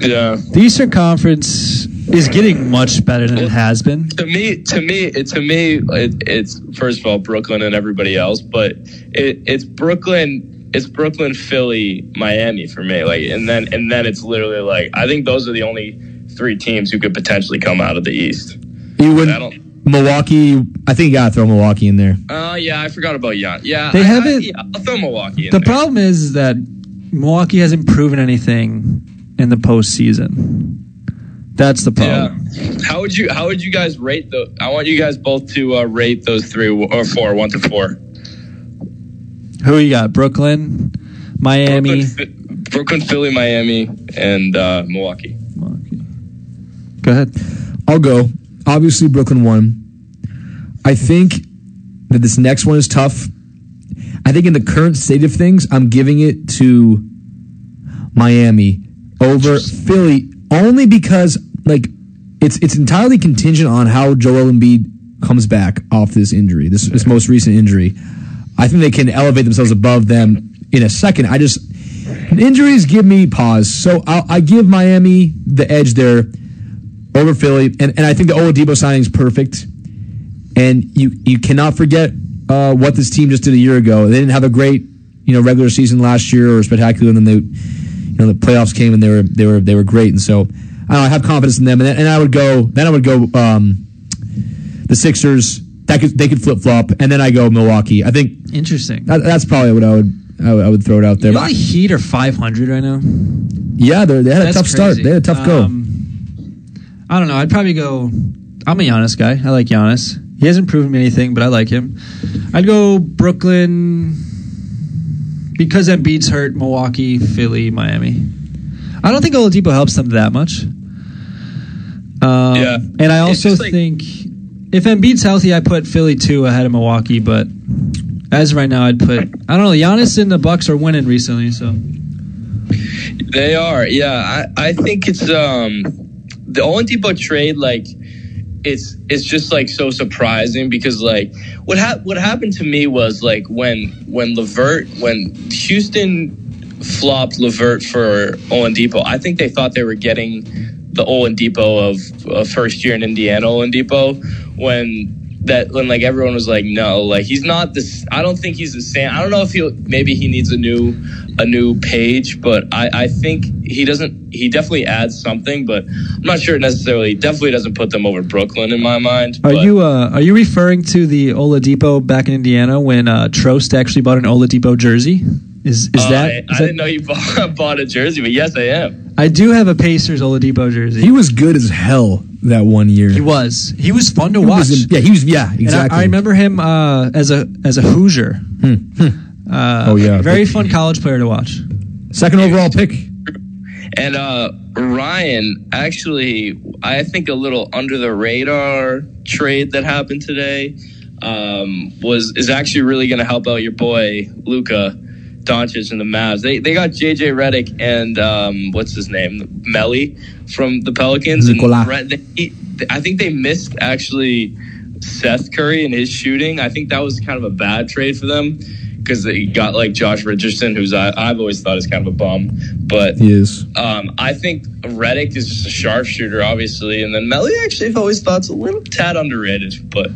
[SPEAKER 5] Yeah.
[SPEAKER 1] The Eastern Conference is getting much better than it has been.
[SPEAKER 5] To me, to me, it, to me, it, it's first of all Brooklyn and everybody else, but it, it's Brooklyn, it's Brooklyn, Philly, Miami for me. Like, and then and then it's literally like I think those are the only three teams who could potentially come out of the East.
[SPEAKER 2] You
[SPEAKER 5] I
[SPEAKER 2] wouldn't.
[SPEAKER 5] don't.
[SPEAKER 2] Milwaukee. I think you gotta throw Milwaukee in there.
[SPEAKER 5] Oh yeah, I forgot about Jan. Yeah,
[SPEAKER 1] They
[SPEAKER 5] I, I,
[SPEAKER 1] haven't-
[SPEAKER 5] yeah, I'll throw Milwaukee. In
[SPEAKER 1] The
[SPEAKER 5] there.
[SPEAKER 1] problem is, is that Milwaukee hasn't proven anything in the postseason. That's the
[SPEAKER 5] Yeah.
[SPEAKER 1] problem.
[SPEAKER 5] Um, How would you How would you guys rate the? I want you guys both to uh, rate those three or four, one to four.
[SPEAKER 1] Who you got? Brooklyn, Miami.
[SPEAKER 5] Brooklyn, Ph- Brooklyn Philly, Miami, and uh, Milwaukee.
[SPEAKER 1] Milwaukee. Go ahead.
[SPEAKER 2] I'll go. Obviously, Brooklyn won. I think that this next one is tough. I think in the current state of things, I'm giving it to Miami over Philly only because like it's it's entirely contingent on how Joel Embiid comes back off this injury, this this most recent injury. I think they can elevate themselves above them in a second. I just injuries give me pause, so I'll, I give Miami the edge there over Philly, and, and I think the Oladipo signing is perfect. And you you cannot forget uh, what this team just did a year ago. They didn't have a great you know regular season last year or spectacular, and then they you know the playoffs came and they were they were they were great, and so I, don't know, I have confidence in them. And, then- and I would go then I would go um, the Sixers. That could they could flip flop, and then I go Milwaukee. I think
[SPEAKER 1] Interesting.
[SPEAKER 2] that, that's probably what I would. I would, I would throw it out there.
[SPEAKER 1] You know
[SPEAKER 2] But
[SPEAKER 1] the Heat are 500 right now.
[SPEAKER 2] yeah, they're- they had a
[SPEAKER 1] That's
[SPEAKER 2] tough start.
[SPEAKER 1] crazy.
[SPEAKER 2] They had a tough go.
[SPEAKER 1] Um, I don't know. I'd probably go. I'm a Giannis guy. I like Giannis. He hasn't proven me anything, but I like him. I'd go Brooklyn because Embiid's hurt. Milwaukee, Philly, Miami. I don't think Oladipo helps them that much. Um,
[SPEAKER 5] Yeah.
[SPEAKER 1] And I
[SPEAKER 5] It's
[SPEAKER 1] also
[SPEAKER 5] just like-
[SPEAKER 1] think if Embiid's healthy, I put Philly two ahead of Milwaukee. But as of right now, I'd put I don't know. Giannis and the Bucks are winning recently, so
[SPEAKER 5] They are, yeah. I, I think it's um the Oladipo trade like it's it's just like so surprising because like what hap- what happened to me was like when when Levert when Houston flopped Levert for Oladipo, I think they thought they were getting the Oladipo of uh, first year in Indiana Oladipo when that when like everyone was like no like he's not this I don't think he's the same I don't know if he'll maybe he needs a new a new page but I I think he doesn't he definitely adds something but I'm not sure it necessarily definitely doesn't put them over Brooklyn in my mind
[SPEAKER 1] Are
[SPEAKER 5] but-
[SPEAKER 1] you uh, are you referring to the Oladipo back in Indiana when uh, Trost actually bought an Oladipo jersey? Is is
[SPEAKER 5] Uh,
[SPEAKER 1] that?
[SPEAKER 5] I,
[SPEAKER 1] is
[SPEAKER 5] I
[SPEAKER 1] that-
[SPEAKER 5] didn't know you [LAUGHS] bought, bought a jersey but yes I am
[SPEAKER 1] I do have a Pacers Oladipo jersey.
[SPEAKER 2] He was good as hell that one year.
[SPEAKER 1] He was. He was fun to
[SPEAKER 2] He
[SPEAKER 1] watch.
[SPEAKER 2] was in- yeah, he was. Yeah,
[SPEAKER 1] And I-
[SPEAKER 2] exactly.
[SPEAKER 1] I, remember him uh, as a as a Hoosier. Uh,
[SPEAKER 2] Oh, yeah.
[SPEAKER 1] very fun college player to watch.
[SPEAKER 2] Second overall pick.
[SPEAKER 5] and uh Ryan actually I think a little under the radar trade that happened today um, was is actually really going to help out your boy Luca Doncic and the Mavs. They they got JJ Redick and um, what's his name Melly from the Pelicans
[SPEAKER 2] Nikola.
[SPEAKER 5] and Re- they, I think they missed actually Seth Curry and his shooting. I think that was kind of a bad trade for them. 'Cause because they got like Josh Richardson, who's I, I've always thought is kind of a bum. But
[SPEAKER 2] He is.
[SPEAKER 5] um, I think Reddick is just a sharpshooter, obviously, and then Melly actually I've always thought's a little tad underrated. But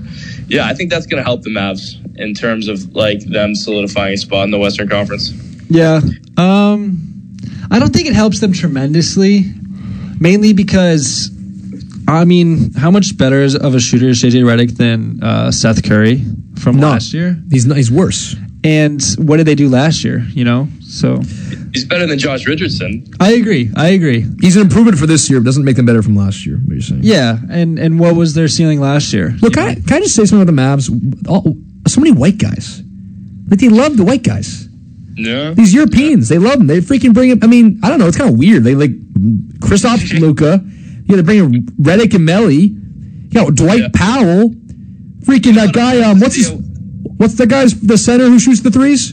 [SPEAKER 5] yeah, I think that's going to help the Mavs in terms of like them solidifying a spot in the Western Conference.
[SPEAKER 1] Yeah. Um, I don't think it helps them tremendously, mainly because, I mean, how much better is, of a shooter is JJ Redick than uh, Seth Curry from
[SPEAKER 2] No.
[SPEAKER 1] last year?
[SPEAKER 2] He's not, he's worse.
[SPEAKER 1] And what did they do last year? You know, so
[SPEAKER 5] He's better than Josh Richardson.
[SPEAKER 1] I agree. I agree.
[SPEAKER 2] He's an improvement for this year, but doesn't make them better from last year. What you're saying?
[SPEAKER 1] Yeah, and and what was their ceiling last year?
[SPEAKER 2] Look, can I, can I just say something about the Mavs? All, so many white guys. Like they love the white guys.
[SPEAKER 5] No,
[SPEAKER 2] These Europeans, they love them. They freaking bring him. I mean, I don't know. It's kind of weird. They like
[SPEAKER 1] [LAUGHS]
[SPEAKER 2] Christoph Luca. Yeah, they bring in Redick and Melly. You know, Dwight
[SPEAKER 5] Yeah.
[SPEAKER 2] Powell. Freaking that guy. Um, what's his? What's the guy's the center who shoots the threes?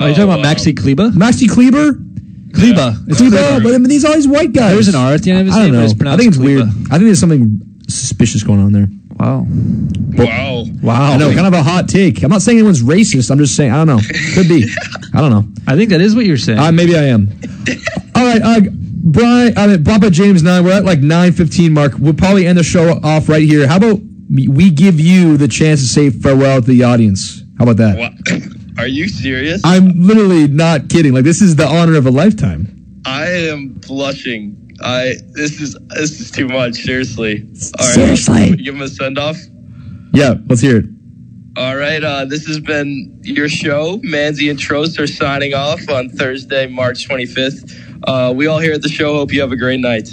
[SPEAKER 1] Are you talking
[SPEAKER 5] Oh,
[SPEAKER 1] about
[SPEAKER 5] wow.
[SPEAKER 1] Maxi Kleba?
[SPEAKER 2] Maxi Kleber.
[SPEAKER 1] Kleba. It's
[SPEAKER 2] Dude,
[SPEAKER 1] Kleba.
[SPEAKER 2] no, but I mean, these all these white guys.
[SPEAKER 1] There's an R at the end of his
[SPEAKER 2] I
[SPEAKER 1] name,
[SPEAKER 2] don't
[SPEAKER 1] but
[SPEAKER 2] know.
[SPEAKER 1] it's
[SPEAKER 2] I
[SPEAKER 1] pronounced
[SPEAKER 2] think it's
[SPEAKER 1] Kleba.
[SPEAKER 2] weird. I think there's something suspicious going on there.
[SPEAKER 1] Wow.
[SPEAKER 5] wow.
[SPEAKER 2] I
[SPEAKER 1] Wow.
[SPEAKER 2] know, kind of a hot take. I'm not saying anyone's racist. I'm just saying I don't know. Could [LAUGHS] be. I don't know.
[SPEAKER 1] I think that is what you're saying.
[SPEAKER 2] Uh, maybe I am. All right, uh, Brian. I mean, Papa James nine. We're at like nine fifteen mark. We'll probably end the show off right here. How about me- we give you the chance to say farewell to the audience? How about that?
[SPEAKER 5] Wha- [LAUGHS] Are you serious? I,
[SPEAKER 2] I'm literally not kidding. Like this is the honor of a lifetime.
[SPEAKER 5] am blushing. I this is this is too much. Seriously. All right.
[SPEAKER 2] Seriously.
[SPEAKER 5] Would you give him a send off.
[SPEAKER 2] Yeah, let's hear it.
[SPEAKER 5] All right. Uh, this has been your show. Manzi and Trost are signing off on Thursday, March 25th. Uh, we all here at the show hope you have a great night.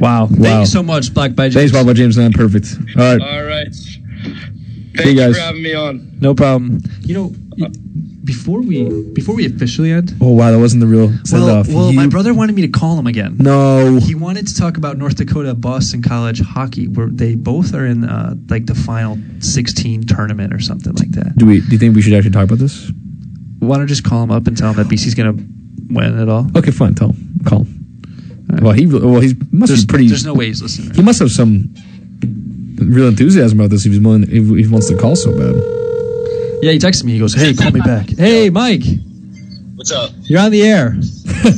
[SPEAKER 2] Wow,
[SPEAKER 1] Thank
[SPEAKER 2] wow.
[SPEAKER 1] you so much, Black by James.
[SPEAKER 2] Thanks, Papa James nine. Perfect. All right.
[SPEAKER 5] All right. Thank you
[SPEAKER 2] guys.
[SPEAKER 5] for having me on.
[SPEAKER 1] No problem. You know, y- before we before we officially end,
[SPEAKER 2] Oh wow, that wasn't the real send
[SPEAKER 1] well,
[SPEAKER 2] off.
[SPEAKER 1] well, my brother wanted me to call him again.
[SPEAKER 2] No.
[SPEAKER 1] He wanted to talk about North Dakota Boston College hockey, where they both are in uh, like the final 16 tournament or something like that.
[SPEAKER 2] Do we? Do you think we should actually talk about this?
[SPEAKER 1] Why don't I just call him up and tell him that BC's going to win it all?
[SPEAKER 2] Okay, fine. Tell him. Call him. Well, he well he must
[SPEAKER 1] There's,
[SPEAKER 2] be pretty.
[SPEAKER 1] there's no way he's listening.
[SPEAKER 2] He must have some real enthusiasm about this. If he's willing, if he wants to call so
[SPEAKER 1] [LAUGHS]
[SPEAKER 2] bad.
[SPEAKER 1] Yeah, he texted me. He goes, "Hey, call me [LAUGHS] back. Hey, Mike,
[SPEAKER 3] What's up?
[SPEAKER 1] you're on the air.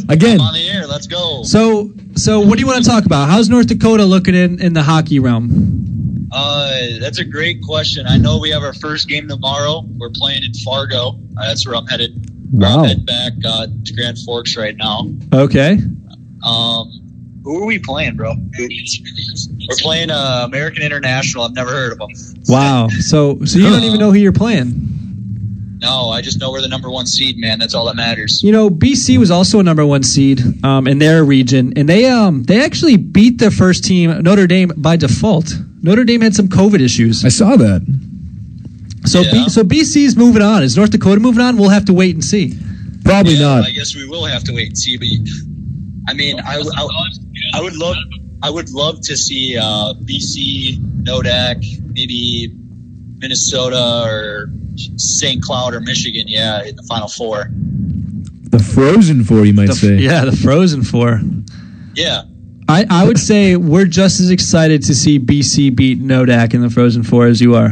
[SPEAKER 2] Again,
[SPEAKER 3] On the air. Let's go.
[SPEAKER 1] So, so what do you want to talk about? How's North Dakota looking in in the hockey realm?
[SPEAKER 3] Uh, that's a great question. I know we have our first game tomorrow. We're playing in Fargo. Uh, that's where I'm headed.
[SPEAKER 2] wow.
[SPEAKER 3] I'm headed back uh, to Grand Forks right now.
[SPEAKER 1] Okay,
[SPEAKER 3] Um, who are we playing, bro? We're playing uh, American International. I've never heard of them.
[SPEAKER 1] wow. So, so you don't even know who you're playing.
[SPEAKER 3] No, I just know we're the number one seed, man. That's all that matters.
[SPEAKER 1] You know, BC was also a number one seed um, in their region, and they um, they actually beat the first team Notre Dame by default. Notre Dame had some COVID issues,
[SPEAKER 2] I saw that.
[SPEAKER 1] so
[SPEAKER 3] Yeah.
[SPEAKER 1] B, so BC's moving on. Is North Dakota moving on? We'll have to wait and see.
[SPEAKER 2] Probably
[SPEAKER 3] Yeah,
[SPEAKER 2] not.
[SPEAKER 3] I guess we will have to wait and see. But I mean, I, I, I would love, I would love to see uh, BC, Nodak, maybe Minnesota or St. Cloud or Michigan. Yeah, in the Final Four.
[SPEAKER 2] the Frozen Four, you might
[SPEAKER 1] The-
[SPEAKER 2] say.
[SPEAKER 1] yeah, the Frozen Four.
[SPEAKER 3] Yeah,
[SPEAKER 1] I, I would say we're just as excited to see BC beat Nodak in the Frozen Four as you are.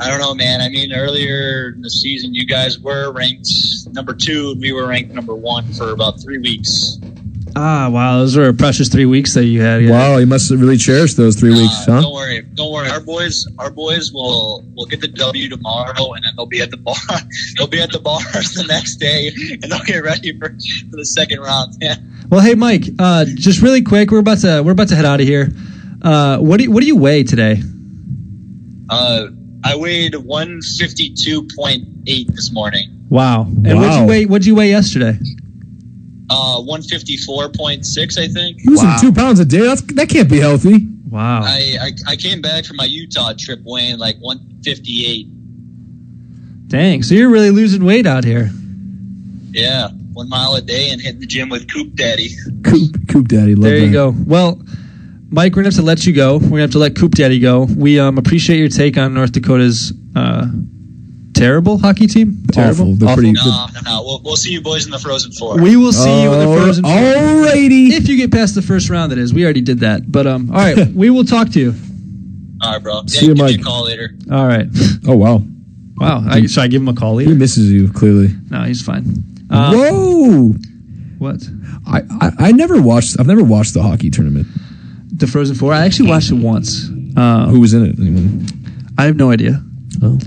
[SPEAKER 3] I don't know, man. I mean, earlier in the season, you guys were ranked number two, and we were ranked number one for about three weeks.
[SPEAKER 1] Ah, wow, those were precious three weeks that you had. yeah.
[SPEAKER 2] Wow, you must have really cherished those three weeks,
[SPEAKER 3] Uh,
[SPEAKER 2] huh?
[SPEAKER 3] Don't worry, don't worry. Our boys, our boys will will get the W tomorrow, and then they'll be at the bar. [LAUGHS] they'll be at the bars the next day, and they'll get ready for, for the second round. Man,
[SPEAKER 1] Well, hey, Mike, uh, just really quick, we're about to we're about to head out of here. Uh, what do you, what do you weigh today?
[SPEAKER 3] uh, I weighed one fifty two point eight this morning.
[SPEAKER 1] Wow. And what'd
[SPEAKER 2] Wow.
[SPEAKER 1] you weigh what'd you weigh yesterday?
[SPEAKER 3] Uh, one fifty four point six, I think.
[SPEAKER 2] Losing
[SPEAKER 1] Wow.
[SPEAKER 2] two pounds a day, that's, that can't be healthy.
[SPEAKER 1] Wow.
[SPEAKER 3] I, I I came back from my Utah trip weighing like one fifty eight.
[SPEAKER 1] Dang. So you're really losing weight out here.
[SPEAKER 3] Yeah, one mile a day, and hitting the gym with Coop Daddy.
[SPEAKER 2] Coop, Coop Daddy, love
[SPEAKER 1] there you
[SPEAKER 2] that.
[SPEAKER 1] go. Well, Mike, we're gonna have to let you go. We're gonna have to let Coop Daddy go. We um, appreciate your take on North Dakota's uh, terrible hockey team. Terrible.
[SPEAKER 2] Awful. They're pretty.
[SPEAKER 3] No, no, no. We'll, we'll see you boys in the Frozen Four.
[SPEAKER 1] We will see you in the
[SPEAKER 2] Uh,
[SPEAKER 1] frozen. Four.
[SPEAKER 2] Alrighty.
[SPEAKER 1] If you get past the first round, that is. We already did that. But um, all right,
[SPEAKER 2] [LAUGHS]
[SPEAKER 1] we will talk to you.
[SPEAKER 3] All right, bro.
[SPEAKER 2] See you,
[SPEAKER 3] give me a
[SPEAKER 2] Mike.
[SPEAKER 3] call later.
[SPEAKER 1] All right.
[SPEAKER 2] Oh wow.
[SPEAKER 1] Wow. I, so I give him a call
[SPEAKER 2] He
[SPEAKER 1] later.
[SPEAKER 2] misses you clearly.
[SPEAKER 1] No, he's fine. Um,
[SPEAKER 2] Whoa!
[SPEAKER 1] What?
[SPEAKER 2] I, I I never watched. I've never watched the hockey tournament.
[SPEAKER 1] The Frozen Four. I actually watched it once. Um,
[SPEAKER 2] Who was in it? Anyone?
[SPEAKER 1] I have no idea.
[SPEAKER 2] [LAUGHS] Oh,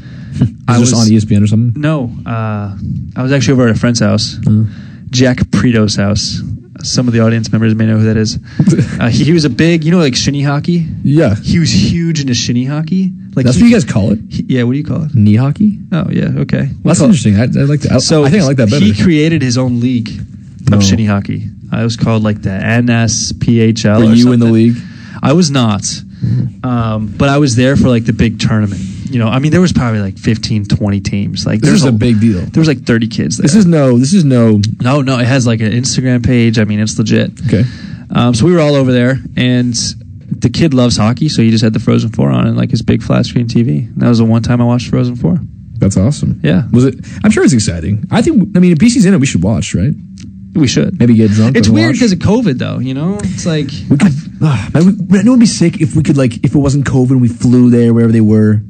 [SPEAKER 1] I
[SPEAKER 2] I was
[SPEAKER 1] was-
[SPEAKER 2] on E ESPN or something.
[SPEAKER 1] No, uh, I was actually over at a friend's house,
[SPEAKER 2] Hmm. Oh.
[SPEAKER 1] Jack Prito's house. Some of the audience members may know who that
[SPEAKER 2] [LAUGHS]
[SPEAKER 1] is. Uh, he, he was a big, you know, like shinny hockey.
[SPEAKER 2] Yeah,
[SPEAKER 1] He was huge into shinny hockey. Like
[SPEAKER 2] that's
[SPEAKER 1] he-
[SPEAKER 2] what you guys call it.
[SPEAKER 1] he- yeah, what do you call it?
[SPEAKER 2] Knee hockey.
[SPEAKER 1] Oh yeah, okay.
[SPEAKER 2] That's interesting. I, I like that. I, I think I like that better.
[SPEAKER 1] He created his own league of
[SPEAKER 2] No.
[SPEAKER 1] shinny hockey. Uh, it was called like the NSPHL.
[SPEAKER 2] Were
[SPEAKER 1] or
[SPEAKER 2] you in the
[SPEAKER 1] something.
[SPEAKER 2] league? Mm-hmm.
[SPEAKER 1] I was not, um, but I was there for like the big tournament. You know, I mean, there was probably like 15, 20 teams. Like,
[SPEAKER 2] This
[SPEAKER 1] there's
[SPEAKER 2] is a big deal.
[SPEAKER 1] There was like 30 kids there.
[SPEAKER 2] This is no. This is no.
[SPEAKER 1] no, no. It has like an Instagram page. I mean, it's legit.
[SPEAKER 2] Okay.
[SPEAKER 1] Um, so we were all over there, and the kid loves hockey, so he just had the Frozen Four on and like his big flat screen TV. And that was the one time I watched Frozen Four.
[SPEAKER 2] That's awesome.
[SPEAKER 1] Yeah.
[SPEAKER 2] Was it? I'm sure it's exciting. I think. I mean, if BC's in it, we should watch, right?
[SPEAKER 1] We should.
[SPEAKER 2] Maybe get drunk.
[SPEAKER 1] It's
[SPEAKER 2] and
[SPEAKER 1] weird
[SPEAKER 2] watch.
[SPEAKER 1] because of COVID, though. You know, it's like
[SPEAKER 2] we [SIGHS] could. Uh, man, we, man, it would be sick if we could like if it wasn't COVID and we flew there wherever they were.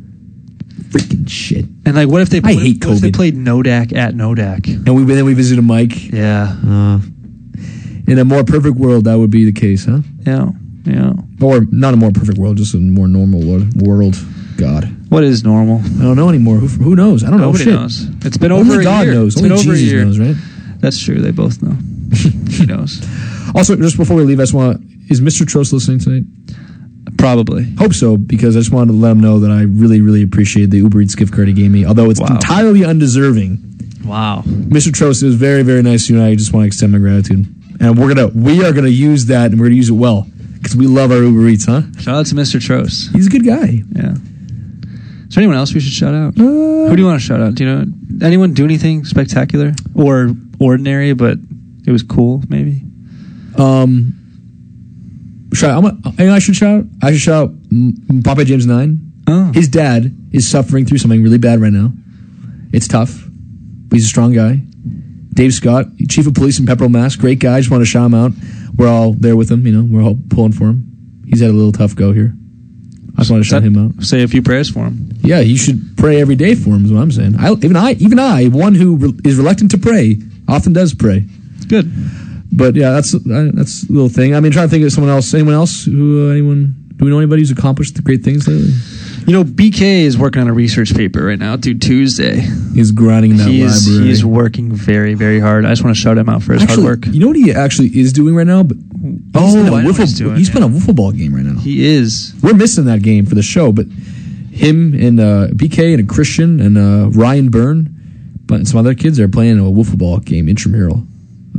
[SPEAKER 2] Freaking shit.
[SPEAKER 1] and like what if they?
[SPEAKER 2] I
[SPEAKER 1] what
[SPEAKER 2] hate
[SPEAKER 1] if, What if they
[SPEAKER 2] COVID.
[SPEAKER 1] played Nodak at Nodak?
[SPEAKER 2] And we then we visited Mike.
[SPEAKER 1] Yeah,
[SPEAKER 2] Uh, in a more perfect world, that would be the case, huh?
[SPEAKER 1] yeah, yeah.
[SPEAKER 2] Or not a more perfect world, just a more normal wor- world. God,
[SPEAKER 1] What is normal? Oh,
[SPEAKER 2] I don't know anymore. Who, who knows? I don't
[SPEAKER 1] Nobody
[SPEAKER 2] know. Shit.
[SPEAKER 1] knows. It's been
[SPEAKER 2] Only
[SPEAKER 1] over a
[SPEAKER 2] God
[SPEAKER 1] year.
[SPEAKER 2] knows.
[SPEAKER 1] It's
[SPEAKER 2] Only
[SPEAKER 1] been over a
[SPEAKER 2] Jesus
[SPEAKER 1] year.
[SPEAKER 2] knows, right?
[SPEAKER 1] That's true. They both [LAUGHS] know. he knows.
[SPEAKER 2] Also, just before we leave, I just want is Mr. Trost listening tonight?
[SPEAKER 1] Probably.
[SPEAKER 2] Hope so, because I just wanted to let him know that I really, really appreciate the Uber Eats gift card he gave me. Although it's
[SPEAKER 1] Wow.
[SPEAKER 2] entirely undeserving.
[SPEAKER 1] Wow.
[SPEAKER 2] Mr. Trost, it was very, very nice to you, and I just want to extend my gratitude. And we're gonna we are gonna use that, and we're gonna use it well because we love our Uber Eats, huh?
[SPEAKER 1] Shout out to Mr. Trost.
[SPEAKER 2] He's a good guy.
[SPEAKER 1] Yeah. Is there anyone else we should shout out? Who do you want to shout out? Do you know anyone do anything spectacular or ordinary, but it was cool? Maybe.
[SPEAKER 2] Um, shout! I'm gonna, and I should shout. I should shout. mm, Papa James Nine.
[SPEAKER 1] Oh.
[SPEAKER 2] His dad is suffering through something really bad right now. It's tough, but he's a strong guy. Dave Scott, chief of police in Pepperell, Mass. Great guy. Just want to shout him out. We're all there with him. You know, we're all pulling for him. He's had a little tough go here. I just want to shout him out.
[SPEAKER 1] Say a few prayers for him.
[SPEAKER 2] Yeah, you should pray every day for him. Is what I'm saying. I, even I, even I, one who re- is reluctant to pray, often does pray.
[SPEAKER 1] It's good.
[SPEAKER 2] But yeah, that's uh, that's a little thing. I mean, trying to think of someone else. Anyone else? Who? Uh, anyone? Do we know anybody who's accomplished great things lately?
[SPEAKER 1] You know, BK is working on a research paper right now, due Tuesday.
[SPEAKER 2] He's grinding in that
[SPEAKER 1] He is,
[SPEAKER 2] library.
[SPEAKER 1] he is working very, very hard. I just want to shout him out for his
[SPEAKER 2] actually,
[SPEAKER 1] hard work.
[SPEAKER 2] You know what he actually is doing right now? But
[SPEAKER 1] I
[SPEAKER 2] oh,
[SPEAKER 1] know what
[SPEAKER 2] wiffle,
[SPEAKER 1] he's doing,
[SPEAKER 2] he's
[SPEAKER 1] yeah.
[SPEAKER 2] playing a wiffle ball game right now.
[SPEAKER 1] He is.
[SPEAKER 2] We're missing that game for the show, but him and uh, BK and a Christian and uh, Ryan Byrne, but and some other kids are playing a wiffle ball game intramural.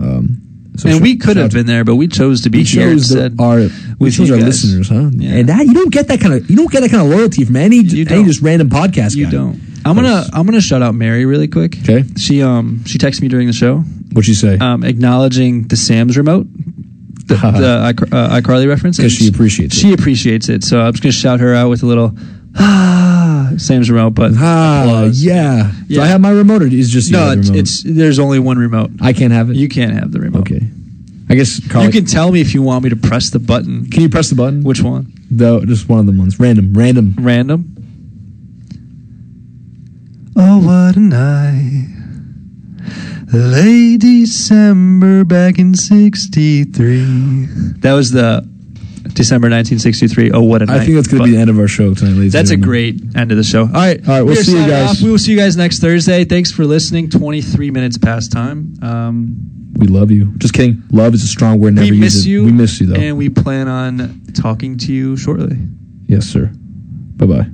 [SPEAKER 2] Um, so
[SPEAKER 1] and
[SPEAKER 2] shout-
[SPEAKER 1] we could
[SPEAKER 2] shout out
[SPEAKER 1] have
[SPEAKER 2] to
[SPEAKER 1] been there, but we chose to be
[SPEAKER 2] we
[SPEAKER 1] here
[SPEAKER 2] chose the-
[SPEAKER 1] instead.
[SPEAKER 2] our we
[SPEAKER 1] with
[SPEAKER 2] chose
[SPEAKER 1] you
[SPEAKER 2] our
[SPEAKER 1] guys.
[SPEAKER 2] listeners, huh?
[SPEAKER 1] Yeah.
[SPEAKER 2] And that you don't get that kind of you don't get that kind of loyalty from any
[SPEAKER 1] You
[SPEAKER 2] any
[SPEAKER 1] don't.
[SPEAKER 2] just random podcast.
[SPEAKER 1] you
[SPEAKER 2] guy.
[SPEAKER 1] don't. I'm gonna I'm gonna shout out Mary really quick.
[SPEAKER 2] Okay,
[SPEAKER 1] She um she texted me during the show,
[SPEAKER 2] what'd you say?
[SPEAKER 1] um acknowledging the Sam's remote,
[SPEAKER 2] [LAUGHS]
[SPEAKER 1] the, the I, uh, iCarly reference, and
[SPEAKER 2] Because she appreciates
[SPEAKER 1] she appreciates it. So I'm just gonna shout her out with a little ah Sam's remote, but
[SPEAKER 2] ah,
[SPEAKER 1] applause.
[SPEAKER 2] yeah. Do
[SPEAKER 1] Yeah.
[SPEAKER 2] I have my remote, or is just you
[SPEAKER 1] no,
[SPEAKER 2] have the
[SPEAKER 1] it's,
[SPEAKER 2] remote?
[SPEAKER 1] it's there's only one remote.
[SPEAKER 2] I can't have it.
[SPEAKER 1] You can't have the remote.
[SPEAKER 2] okay? I guess Carly,
[SPEAKER 1] You can tell me if you want me to press the button.
[SPEAKER 2] Can you press the button?
[SPEAKER 1] Which one?
[SPEAKER 2] Though, just one of them ones. Random, random.
[SPEAKER 1] Random. Oh, what a night. Late December back in 63. That was the December 1963. Oh, what a night.
[SPEAKER 2] I think that's going
[SPEAKER 1] But
[SPEAKER 2] to be the end of our show tonight, ladies. and
[SPEAKER 1] That's a
[SPEAKER 2] gentlemen.
[SPEAKER 1] great end of the show. All right.
[SPEAKER 2] All right, we'll
[SPEAKER 1] we are
[SPEAKER 2] see you
[SPEAKER 1] signing
[SPEAKER 2] guys.
[SPEAKER 1] off. We will see you guys next Thursday. Thanks for listening. 23 minutes past time. Um,
[SPEAKER 2] We love you. Just kidding. Love is a strong word. Never
[SPEAKER 1] we
[SPEAKER 2] use
[SPEAKER 1] miss
[SPEAKER 2] it.
[SPEAKER 1] you.
[SPEAKER 2] We miss you though.
[SPEAKER 1] And we plan on talking to you shortly.
[SPEAKER 2] yes, sir. Bye bye.